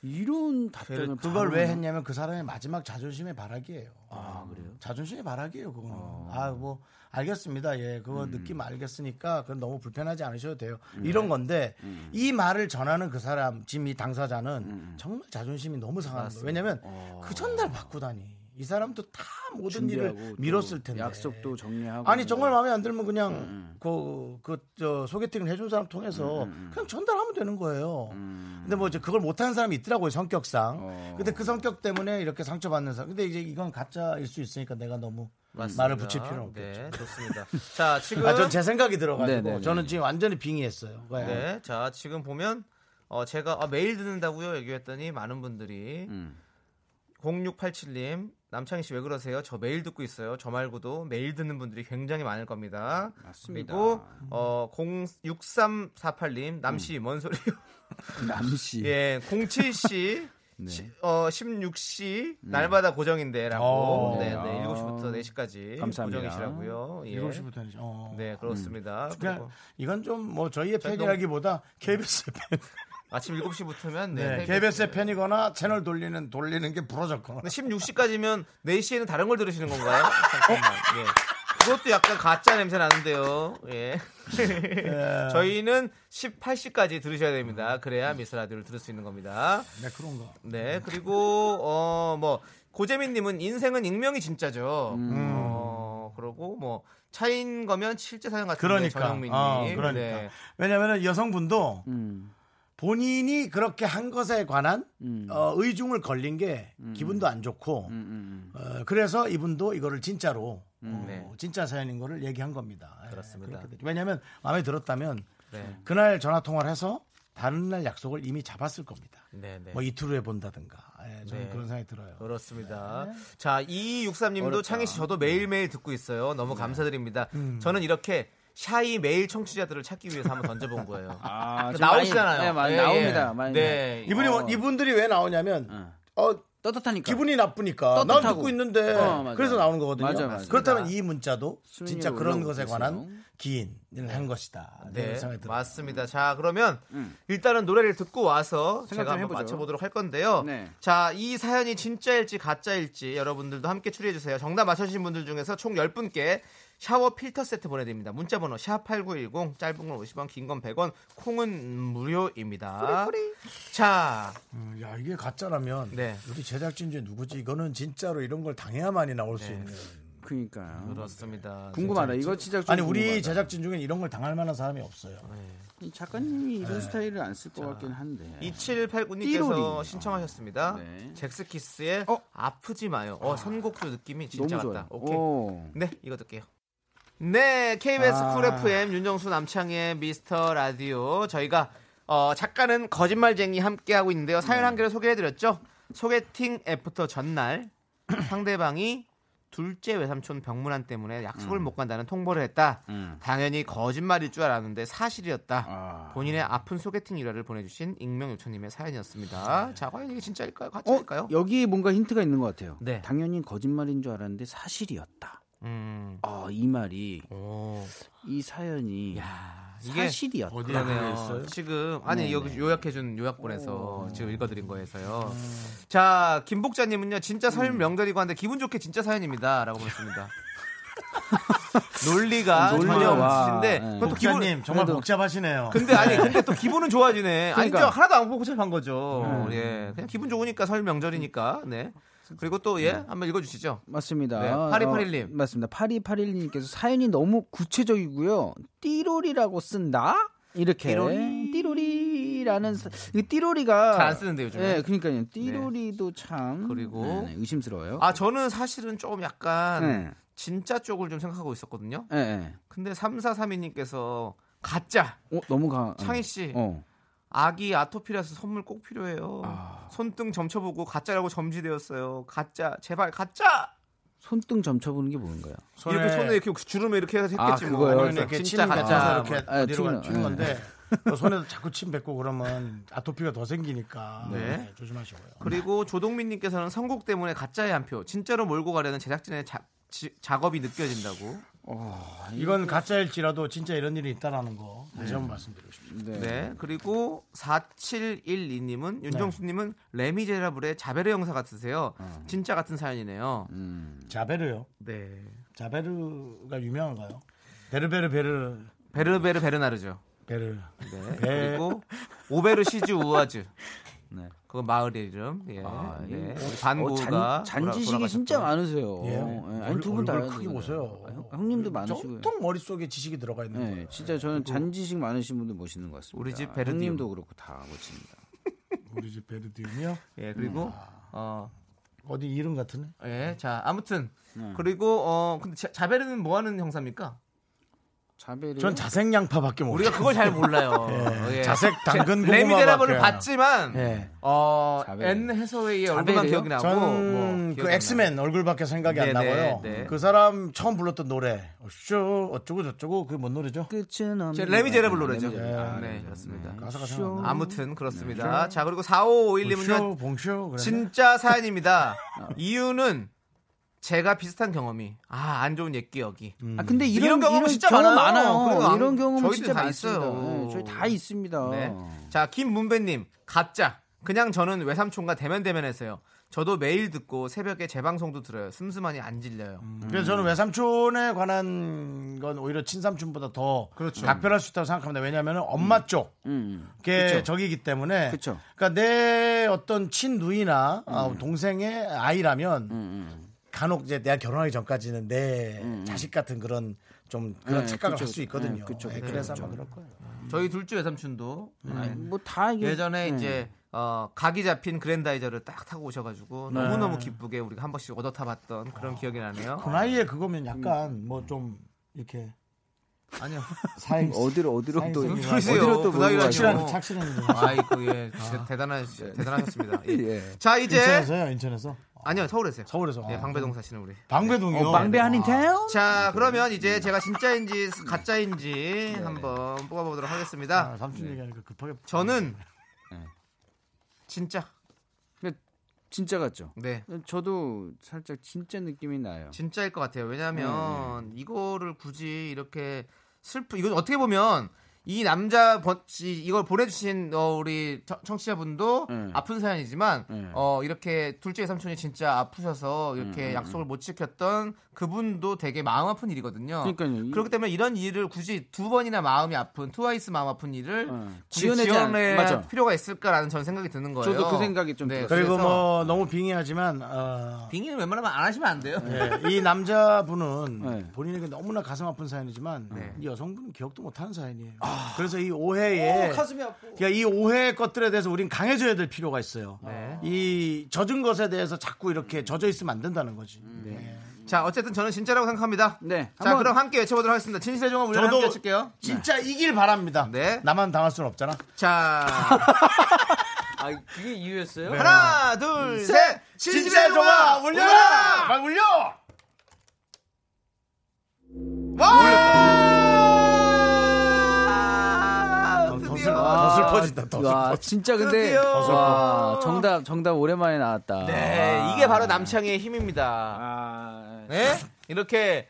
이런 답변을
그걸
바로
왜
하나?
했냐면 그 사람의 마지막 자존심의 바라기예요. 아 그래요? 자존심의 바라기예요 그거는.
어.
아뭐 알겠습니다. 예 그거
음.
느낌 알겠으니까 그건 너무 불편하지 않으셔도 돼요. 이런
네.
건데
음.
이 말을 전하는 그 사람 지금 이 당사자는 정말 자존심이 너무 상하는 거예요. 왜냐면 그 전날 바꾸다니 이 사람도 다 모든 일을
어. 준비하고 또
미뤘을 텐데
약속도 정리하고
아니 정말 마음에 안 들면 그냥 그그저 소개팅을 해준 사람 통해서 그냥 전달하면 되는 거예요. 근데 뭐 이제 그걸 못하는 사람이 있더라고요 성격상. 근데 그 성격 때문에 이렇게 상처받는 사람. 근데 이제 이건 가짜일 수 있으니까 내가 너무 말을 붙일 필요는 없겠죠.
네, 좋습니다.
*laughs*
자, 지금
아, 전 제 생각이 들어가지고
네네네.
저는 지금 완전히 빙의했어요. 네.
네, 자 지금 보면 어, 제가 아, 매일 듣는다고요 얘기했더니 많은 분들이
음.
0687님 남창희 씨 왜 그러세요? 저 매일 듣고 있어요. 저 말고도 매일 듣는 분들이 굉장히 많을 겁니다.
맞습니다.
그리고 어, 06348님 남씨 뭔 소리요?
남씨.
예,
*laughs*
07씨
네.
시, 어, 16시
음.
날마다 고정인데라고.
오.
네, 네, 7시부터 4시까지
어. 아. 감사합니다.
고정이시라고요. 예.
7시부터 이제 어.
네, 그렇습니다.
그냥 뭐
그리고-
이건 좀 뭐 저희의 팬이라기보다 KBS 팬.
아침 7시부터면
네, KBS의 팬이거나 채널 돌리는 돌리는 게 부러졌거나.
16시까지면 4시에는 다른 걸
*laughs*
들으시는 건가요? 잠깐만. 예. 그것도 약간 가짜 냄새 나는데요. 예.
네.
*laughs* 저희는 18시까지 들으셔야 됩니다. 그래야 미스 라디오를 들을 수 있는 겁니다.
네, 그런가.
네. 그리고 어뭐 고재민 님은 인생은 익명이 진짜죠.
음.
어, 그러고 뭐 차인 거면 실제 사연 같은데
그러니까.
네, 전영민 님.
어, 그러니까.
네.
왜냐면은 여성분도
음.
본인이 그렇게 한 것에 관한 어, 의중을 걸린 게 기분도 안 좋고
음, 음,
어, 그래서 이분도 이거를 진짜로 어,
네.
진짜 사연인 거를 얘기한 겁니다. 예,
그렇습니다.
그렇게 됐죠. 왜냐하면 마음에 들었다면
네.
그날 전화 통화를 해서 다른 날 약속을 이미 잡았을 겁니다.
네, 네.
뭐 이틀 후에 본다든가 예, 저는
네.
그런 생각이 들어요.
그렇습니다.
네.
자, 2263님도 창희 씨 저도 매일매일 듣고 있어요. 너무
네.
감사드립니다.
음.
저는 이렇게 샤이 매일 청취자들을 찾기 위해서 한번 던져본 거예요. 그
아, 좀
나오시잖아요.
많이, 네, 많이
예,
나옵니다.
예.
많이
네.
이분이
어.
이분들이 왜 나오냐면 어,
떳떳하니까.
기분이 나쁘니까 난
떳떳하고.
듣고 있는데
그러니까 어, 맞아요.
그래서 나오는 거거든요.
맞아요, 맞아요.
그렇다면 이 문자도 진짜
수익률이
그런
올라오고
것에
있어요.
관한 기인을 한 것이다.
네,
이런 생각이 들어요.
맞습니다. 자, 그러면 일단은 노래를 듣고 와서
음.
제가
생각 좀
한번
해보죠.
맞춰보도록 할 건데요.
네.
자, 이 사연이 진짜일지 가짜일지 여러분들도 함께 추리해주세요. 정답 맞춰주신 분들 중에서 총 10분께 샤워 필터 세트 보내드립니다. 문자번호 샵8910, 짧은 건 50원, 긴 건 100원, 콩은 무료입니다. 자,
음, 야 이게 가짜라면
네.
우리 제작진 중에 누구지? 이거는 진짜로 이런 걸 당해야만이 나올 수 있는.
그니까요.
그렇습니다.
궁금하다. 이거 진짜 좀
아니 우리
궁금하다.
제작진 중에 이런 걸 당할 만한 사람이 없어요.
이 작가님이 이런
네.
스타일을 안 쓸 것 같긴 한데.
2789님께서
띠로리.
신청하셨습니다.
네.
잭스키스의
어?
아프지 마요. 어, 선곡도 느낌이 진짜
너무
맞다.
좋아요. 어.
오케이.
오.
네, 이거 듣게요. 네, KBS
아.
쿨 FM 윤정수 남창의 미스터 라디오 저희가 어, 작가는 거짓말쟁이 함께 하고 있는데요.
네.
사연 한 개를 소개해드렸죠. 소개팅 애프터 전날
*clears throat*
상대방이 둘째 외삼촌 병문안 때문에 약속을
음.
못 간다는 통보를 했다. 당연히 거짓말일 줄 알았는데 사실이었다.
아.
본인의 아픈 소개팅 일화를 보내주신 익명 요청님의 사연이었습니다. 자, 과연 이게 진짜일까요? 가짜일까요?
네. 어, 여기 뭔가 힌트가 있는 것 같아요.
네.
당연히 거짓말인 줄 알았는데 사실이었다.
음,
아, 이 말이
오.
이 사연이
어. 야, 아, 이게
어. 사실이었다.
그러네요. 지금 아니 여기 요약해준 요약본에서 지금 읽어드린 거에서요.
음.
자 김복자님은요 진짜 설 명절이고 한데 기분 좋게 진짜 사연입니다라고 보냈습니다. *laughs* 논리가
아, 논리가
전혀
와.
없으신데
네.
그것도 기분
기자님 정말
그래도-
복잡하시네요.
근데 아니 근데 또 기분은 좋아지네. 아니죠
*laughs* 그러니까. 네.
하나도 안 복잡한 거죠. 예 그냥 기분 좋으니까 설 명절이니까 네. 그리고 또
음.
예 한번 읽어주시죠.
맞습니다.
네, 8281님.
어, 맞습니다. 8281님께서 사연이 너무 구체적이고요. 띠로리라고 쓴다? 이렇게.
띠로리.
띠로리라는 사- 이 띠로리가
잘 안 쓰는데 요즘에.
네, 그러니까요. 띠로리도 참
그리고
네, 네, 의심스러워요.
아 저는 사실은 조금 약간
네.
진짜 쪽을 좀 생각하고 있었거든요.
네, 네.
근데 3432님께서 가짜
어, 너무 가.
창희 씨
어.
아기 아토피라서 선물 꼭 필요해요. 손등 점쳐보고 가짜라고 점지되었어요. 가짜 제발 가짜
손등 점쳐보는 게 뭔가요?
이렇게 *laughs* 손에 이렇게 주름에 이렇게 해서
아,
했겠지 뭐.
그거요?
손에
그래서
이렇게
진짜
침
가짜
그러니까 가짜 이렇게
아,
어디로 가-
튀기는-
튀는 건데 그 손에도 자꾸 침 뱉고 그러면 아토피가 더 생기니까
네.
네, 조심하시고요.
그리고 조동민님께서는 선곡 때문에 가짜의 한 표, 진짜로 몰고 가려는 제작진의 자- 지- 작업이 느껴진다고. 어,
이건 가짜일지라도 진짜 이런 일이 있다라는 거 다시 한번 말씀드리고 싶습니다.
네.
네. 그리고 4712님은 윤정수님은 레미제라블의 자베르 형사 같으세요. 진짜 같은 사연이네요.
자베르요.
네.
자베르가 유명한가요? 베르베르 베르
베르베르 베르나르죠.
베르.
네.
배.
그리고 오베르 시즈 우아즈.
네.
그거 마을의 이름. 예. 네. 우리
아, 어, 잔-
반구가
잔지식이 진짜 많으세요.
예.
예, 아니 두 분 다 아,
얼굴 크게 보세요.
형님도 많으시고요.
정통 머릿속에 지식이 들어가 있는
네,
거예요.
진짜 저는 잔지식 많으신 분들 멋있는 것 같습니다.
우리 집 베르디움.
형님도 그렇고 다 멋집니다.
우리 집 베르디움이요.
예. 그리고
음.
어
어디 이름 같으네.
예. 자, 아무튼
네.
그리고 어 근데 자, 자베르는 뭐 하는 형사입니까?
자베르.
전 자색 양파밖에
뭐
모르.
네. 우리가 그걸 잘 몰라요. 예.
자색 당근 고구마
레미제라블을
밖에 안
봤지만
예.
어,
자베르.
앤 해서웨이의 얼굴만
자베르요?
기억이 나고 뭐
전그
기억이 안 나요.
엑스맨 얼굴밖에 생각이
네,
안 나고요.
네, 네.
그 사람 처음 불렀던 노래 쇼 어쩌고 저쩌고 그게 뭔 노래죠?
끝은 없는.
저 레미제라블 노래죠.
레미제라블.
아, 네, 그렇습니다.
가사가
쇼.
생각나.
아무튼 그렇습니다.
음.
자, 그리고 4551님은요.
봉쇼 봉쇼 그랬나?
진짜 사연입니다. 이유는 제가 비슷한 경험이 아 안 좋은 옛 기억이
아, 근데 이런,
이런 경험
이런
진짜
경험
많아요.
많아요.
그래요.
이런 경험은
저희도
진짜
다
많습니다.
있어요.
네, 저희 다 있습니다.
네. 자, 김문배님, 가짜. 그냥 저는 외삼촌과 대면대면했어요. 저도 매일 듣고 새벽에 재방송도 들어요. 슴슴하니 안 질려요.
그래서 저는 외삼촌에 관한 건 오히려 친삼촌보다 더 각별할 수 있다고 생각합니다. 왜냐하면 엄마 쪽
음.
그렇죠. 그게
그쵸.
적이기 때문에
그쵸.
러니까내 어떤 친누이나 아, 동생의 아이라면 음. 간혹 이제 내가 결혼하기 전까지는 내 자식 같은 그런 좀 음, 그런
네,
착각을
그쵸,
할 수
그쵸.
있거든요.
네, 그쵸,
예,
그쵸,
그래서
그쵸.
아마 그럴 거예요.
저희 둘째 외삼촌도 아,
음. 뭐다
예전에 이제 어, 각이 잡힌 그랜다이저를 딱 타고 오셔가지고 너무너무 기쁘게 우리가 한 번씩 네. 얻어 타봤던 그런 기억이 나네요.
그 나이에 그거면 약간 뭐 좀 이렇게
아니요.
사행
음, 어디로 어디로 또
사행성이
그러세요.
어디로 또
그
몰고
나이라니요.
착실한
가죠?
*laughs* 착실한
아이고, 예. 진짜 대단하시, 대단하셨습니다. *laughs* 예.
예.
자, 이제.
인천에서요 인천에서
아니요, 서울에서요.
서울에서
예,
아.
방배동 사시는 우리.
어, 방배동이요.
네.
네.
방배하는 태요?
자, 그러면 이제
네.
제가 진짜인지 가짜인지 한번 뽑아보도록 하겠습니다. 네.
아, 삼촌 얘기하니까 급하게
저는
네.
진짜.
진짜 같죠?
네.
저도 살짝 진짜 느낌이 나요.
진짜일 것 같아요.
네,
왜냐하면 이거를 굳이 이렇게 슬프 이건 어떻게 보면 이 남자 번- 이- 이걸 보내주신 어, 우리 청- 청취자분도
네.
아픈 사연이지만
네.
어, 이렇게 둘째 삼촌이 진짜 아프셔서
음,
이렇게 약속을 못 지켰던 그분도 되게 마음 아픈 일이거든요.
그러니까요. 이-
그렇기 때문에 이런 일을 굳이 두 번이나 마음이 아픈 트와이스 마음 아픈 일을
네.
지원해
지어내지 않- 맞아.
필요가 있을까라는 전 생각이 드는 거예요. 네,
저도 그 생각이 좀 들었어요.
그리고
그래서
뭐 너무 빙의하지만 어,
빙의는 웬만하면 안 하시면 안 돼요.
예, 이 남자분은
네.
본인에게 너무나 가슴 아픈 사연이지만
네.
이 여성분은 기억도 못하는 사연이에요. 그래서 이 오해에 그러니까 이 오해의 것들에 대해서 우린 강해져야 될 필요가 있어요.
네.
이 젖은 것에 대해서 자꾸 이렇게 젖어 있으면 안 된다는 거지.
*laughs*
네.
자, 어쨌든 저는 진짜라고 생각합니다.
네,
자,
한번-
그럼 함께 외쳐보도록 하겠습니다. 진실의 종합 우리 함께
저도
외칠게요.
진짜 이길 바랍니다.
네.
나만 당할 수는 없잖아. *laughs*
자,
아 그게
네.
이유였어요?
네. 하나, 둘, 셋.
진실의 종아 울려라! 막 울려!
아,
와!
더, 슬,
드디어.
아, 더 슬퍼진다. 더
와
슬퍼.
진짜 근데
드디어.
와 정답 정답 오랜만에 나왔다.
네, 이게 바로 남창희의 힘입니다.
아,
네? 이렇게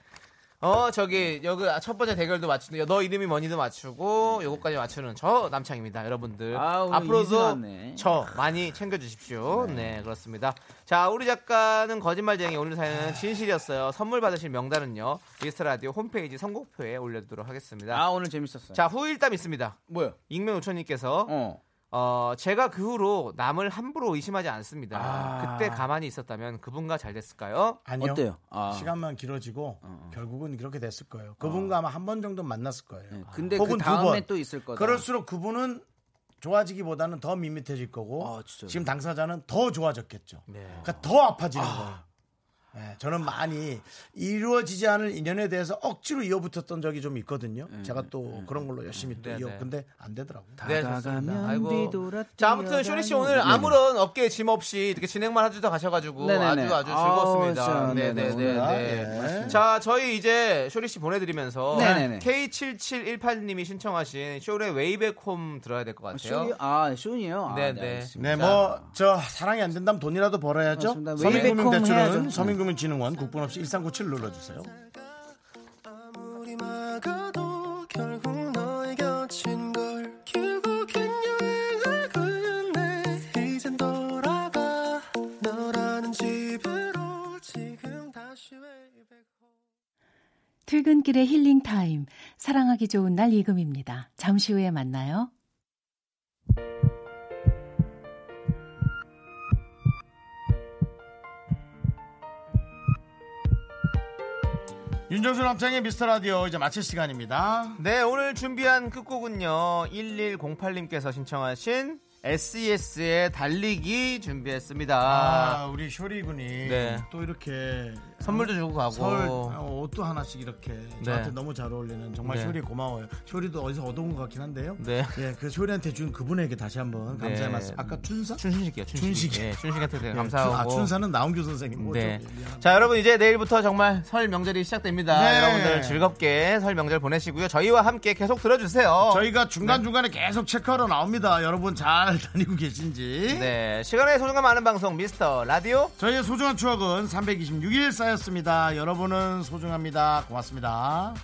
어 저기 여기 첫 번째 대결도 맞추고 너 이름이 뭐니도 맞추고 요거까지 맞추는 저 남창입니다 여러분들
아, 오늘 인생
앞으로도
왔네.
저 많이 챙겨주십시오 네. 그렇습니다 자 우리 작가는 거짓말쟁이 오늘 사연은 진실이었어요 선물 받으실 명단은요 미스터라디오 홈페이지 선곡표에 올려두도록 하겠습니다
아 오늘 재밌었어요.
자 후일담 있습니다
뭐요?
익명 요천님께서
어.
어, 제가 그 후로 남을 함부로 의심하지 않습니다
아.
그때 가만히 있었다면 그분과 잘 됐을까요?
아니요.
어때요? 아.
시간만 길어지고 결국은 그렇게 됐을 거예요. 그분과 아마 한 번 정도 만났을 거예요.
어. 네, 근데
혹은
그
두
다음에
번.
또 있을 거다.
그럴수록 그분은 좋아지기보다는 더 밋밋해질 거고
아, 진짜요?
지금 당사자는 더 좋아졌겠죠.
네.
그러니까 더 아파지는 거예요. 예, 저는 많이 이루어지지 않을 인연에 대해서 억지로 이어붙었던 적이 좀 있거든요.
네.
제가 또 그런 걸로 열심히 또
네,
이어
네.
근데 안 되더라고요.
네,
다가가면 네.
좋습니다. 아이고.
뒤돌아
자, 아무튼 쇼리 씨 오늘
뛰어가는-
아무런 어깨 짐 없이 이렇게 진행만 해주다 가셔가지고
네네네.
아주 아주
아우,
즐거웠습니다.
참, 네네, 오늘아.
예.
네네네. 자, 저희 이제 쇼리 씨 보내드리면서
네네네.
K7718님이 신청하신 쇼리의 웨이백홈 들어야 될 것
쇼니
같아요.
아 쇼니요. 아,
네,
네,
네.
네,
알겠습니다.
뭐 저 사랑이 안 된다면 돈이라도 벌어야죠.
맞습니다. 뭐
서민금융
웨이백홈
대출은
해야죠.
서민금융진흥원 국번 없이 1397 눌러주세요.
아무리 막아도 결국 너의 곁인 걸 결국엔 여행을 걸렸네 이젠 돌아가 너라는 집으로 지금 다시 웨이백
퇴근길의 힐링 타임. 사랑하기 좋은 날 이금입니다. 잠시 후에 만나요.
윤정수 남창의 미스터 라디오 이제 마칠 시간입니다.
네, 오늘 준비한 끝곡은요. 1108님께서 신청하신 SES의 달리기 준비했습니다.
아, 우리 아, 쇼리 군이
네.
또 이렇게
선물도 주고 가고
서울 어, 옷도 하나씩 이렇게 저한테 너무 잘 어울리는 정말
네.
쇼리 고마워요. 쇼리도 어디서 얻어온 것 같긴 한데요.
네.
예, 그 쇼리한테 준 그분에게 다시 한번 감사의
네.
말씀. 아까 춘사?
춘식이요. 춘식.
춘식.
예, 춘식한테 되게
예,
감사하고.
춘- 아, 춘사는 나훈규 선생님. 뭐
네.
좀 미안합니다.
자, 여러분 이제 내일부터 정말 설 명절이 시작됩니다.
네.
여러분들 즐겁게 설 명절 보내시고요. 저희와 함께 계속 들어주세요. 네.
저희가 중간중간에 계속 체크하러 나옵니다. 여러분 잘 *laughs* 다니고 계신지.
네, 시간의 소중함 아는 방송 미스터 라디오.
저희의 소중한 추억은 326일 쌓였습니다. 여러분은 소중합니다. 고맙습니다.